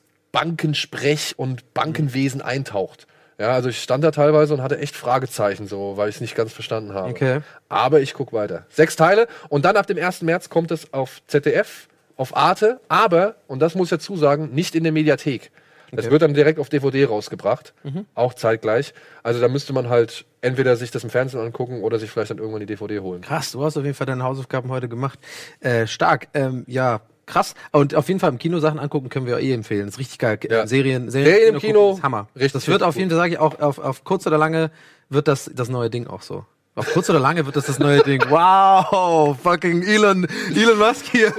Speaker 2: Bankensprech und Bankenwesen eintaucht. Ja, also ich stand da teilweise und hatte echt Fragezeichen so, weil ich es nicht ganz verstanden habe.
Speaker 1: Okay.
Speaker 2: Aber ich guck weiter. Sechs Teile und dann ab dem 1. März kommt es auf ZDF, auf Arte, aber, und das muss ich dazu sagen, nicht in der Mediathek. Das wird dann direkt auf DVD rausgebracht, auch zeitgleich. Also da müsste man halt entweder sich das im Fernsehen angucken oder sich vielleicht dann irgendwann die DVD holen.
Speaker 1: Krass, du hast auf jeden Fall deine Hausaufgaben heute gemacht. Äh, stark. Ähm, ja, krass. Und auf jeden Fall im Kino Sachen angucken können wir eh empfehlen. ist richtig geil.
Speaker 2: Ja.
Speaker 1: Äh, Serien,
Speaker 2: Serien im Kino,
Speaker 1: gucken ist Hammer.
Speaker 2: richtig,
Speaker 1: das wird
Speaker 2: richtig
Speaker 1: auf jeden Fall, sage ich, auch auf, auf kurz oder lange wird das das neue Ding auch so. Auf kurz oder lange wird das das neue Ding. Wow, fucking Elon, Elon Musk hier.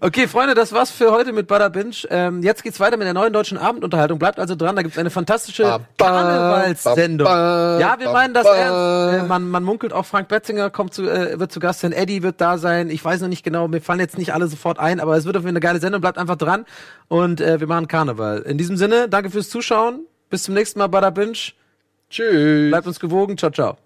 Speaker 1: Okay, Freunde, das war's für heute mit Bada Binge. Ähm, jetzt geht's weiter mit der neuen deutschen Abendunterhaltung. Bleibt also dran, da gibt's eine fantastische
Speaker 2: Ba, ba,
Speaker 1: Karnevalssendung.
Speaker 2: ba, ba,
Speaker 1: Ja, wir
Speaker 2: ba,
Speaker 1: meinen das
Speaker 2: ba.
Speaker 1: ernst. Äh, man, man munkelt auch, Frank Betzinger kommt zu, äh, wird zu Gast sein, Eddie wird da sein. Ich weiß noch nicht genau, mir fallen jetzt nicht alle sofort ein, aber es wird auf jeden Fall eine geile Sendung. Bleibt einfach dran und äh, wir machen Karneval. In diesem Sinne, danke fürs Zuschauen. Bis zum nächsten Mal, Bada Binge.
Speaker 2: Tschüss.
Speaker 1: Bleibt uns gewogen. Ciao, ciao.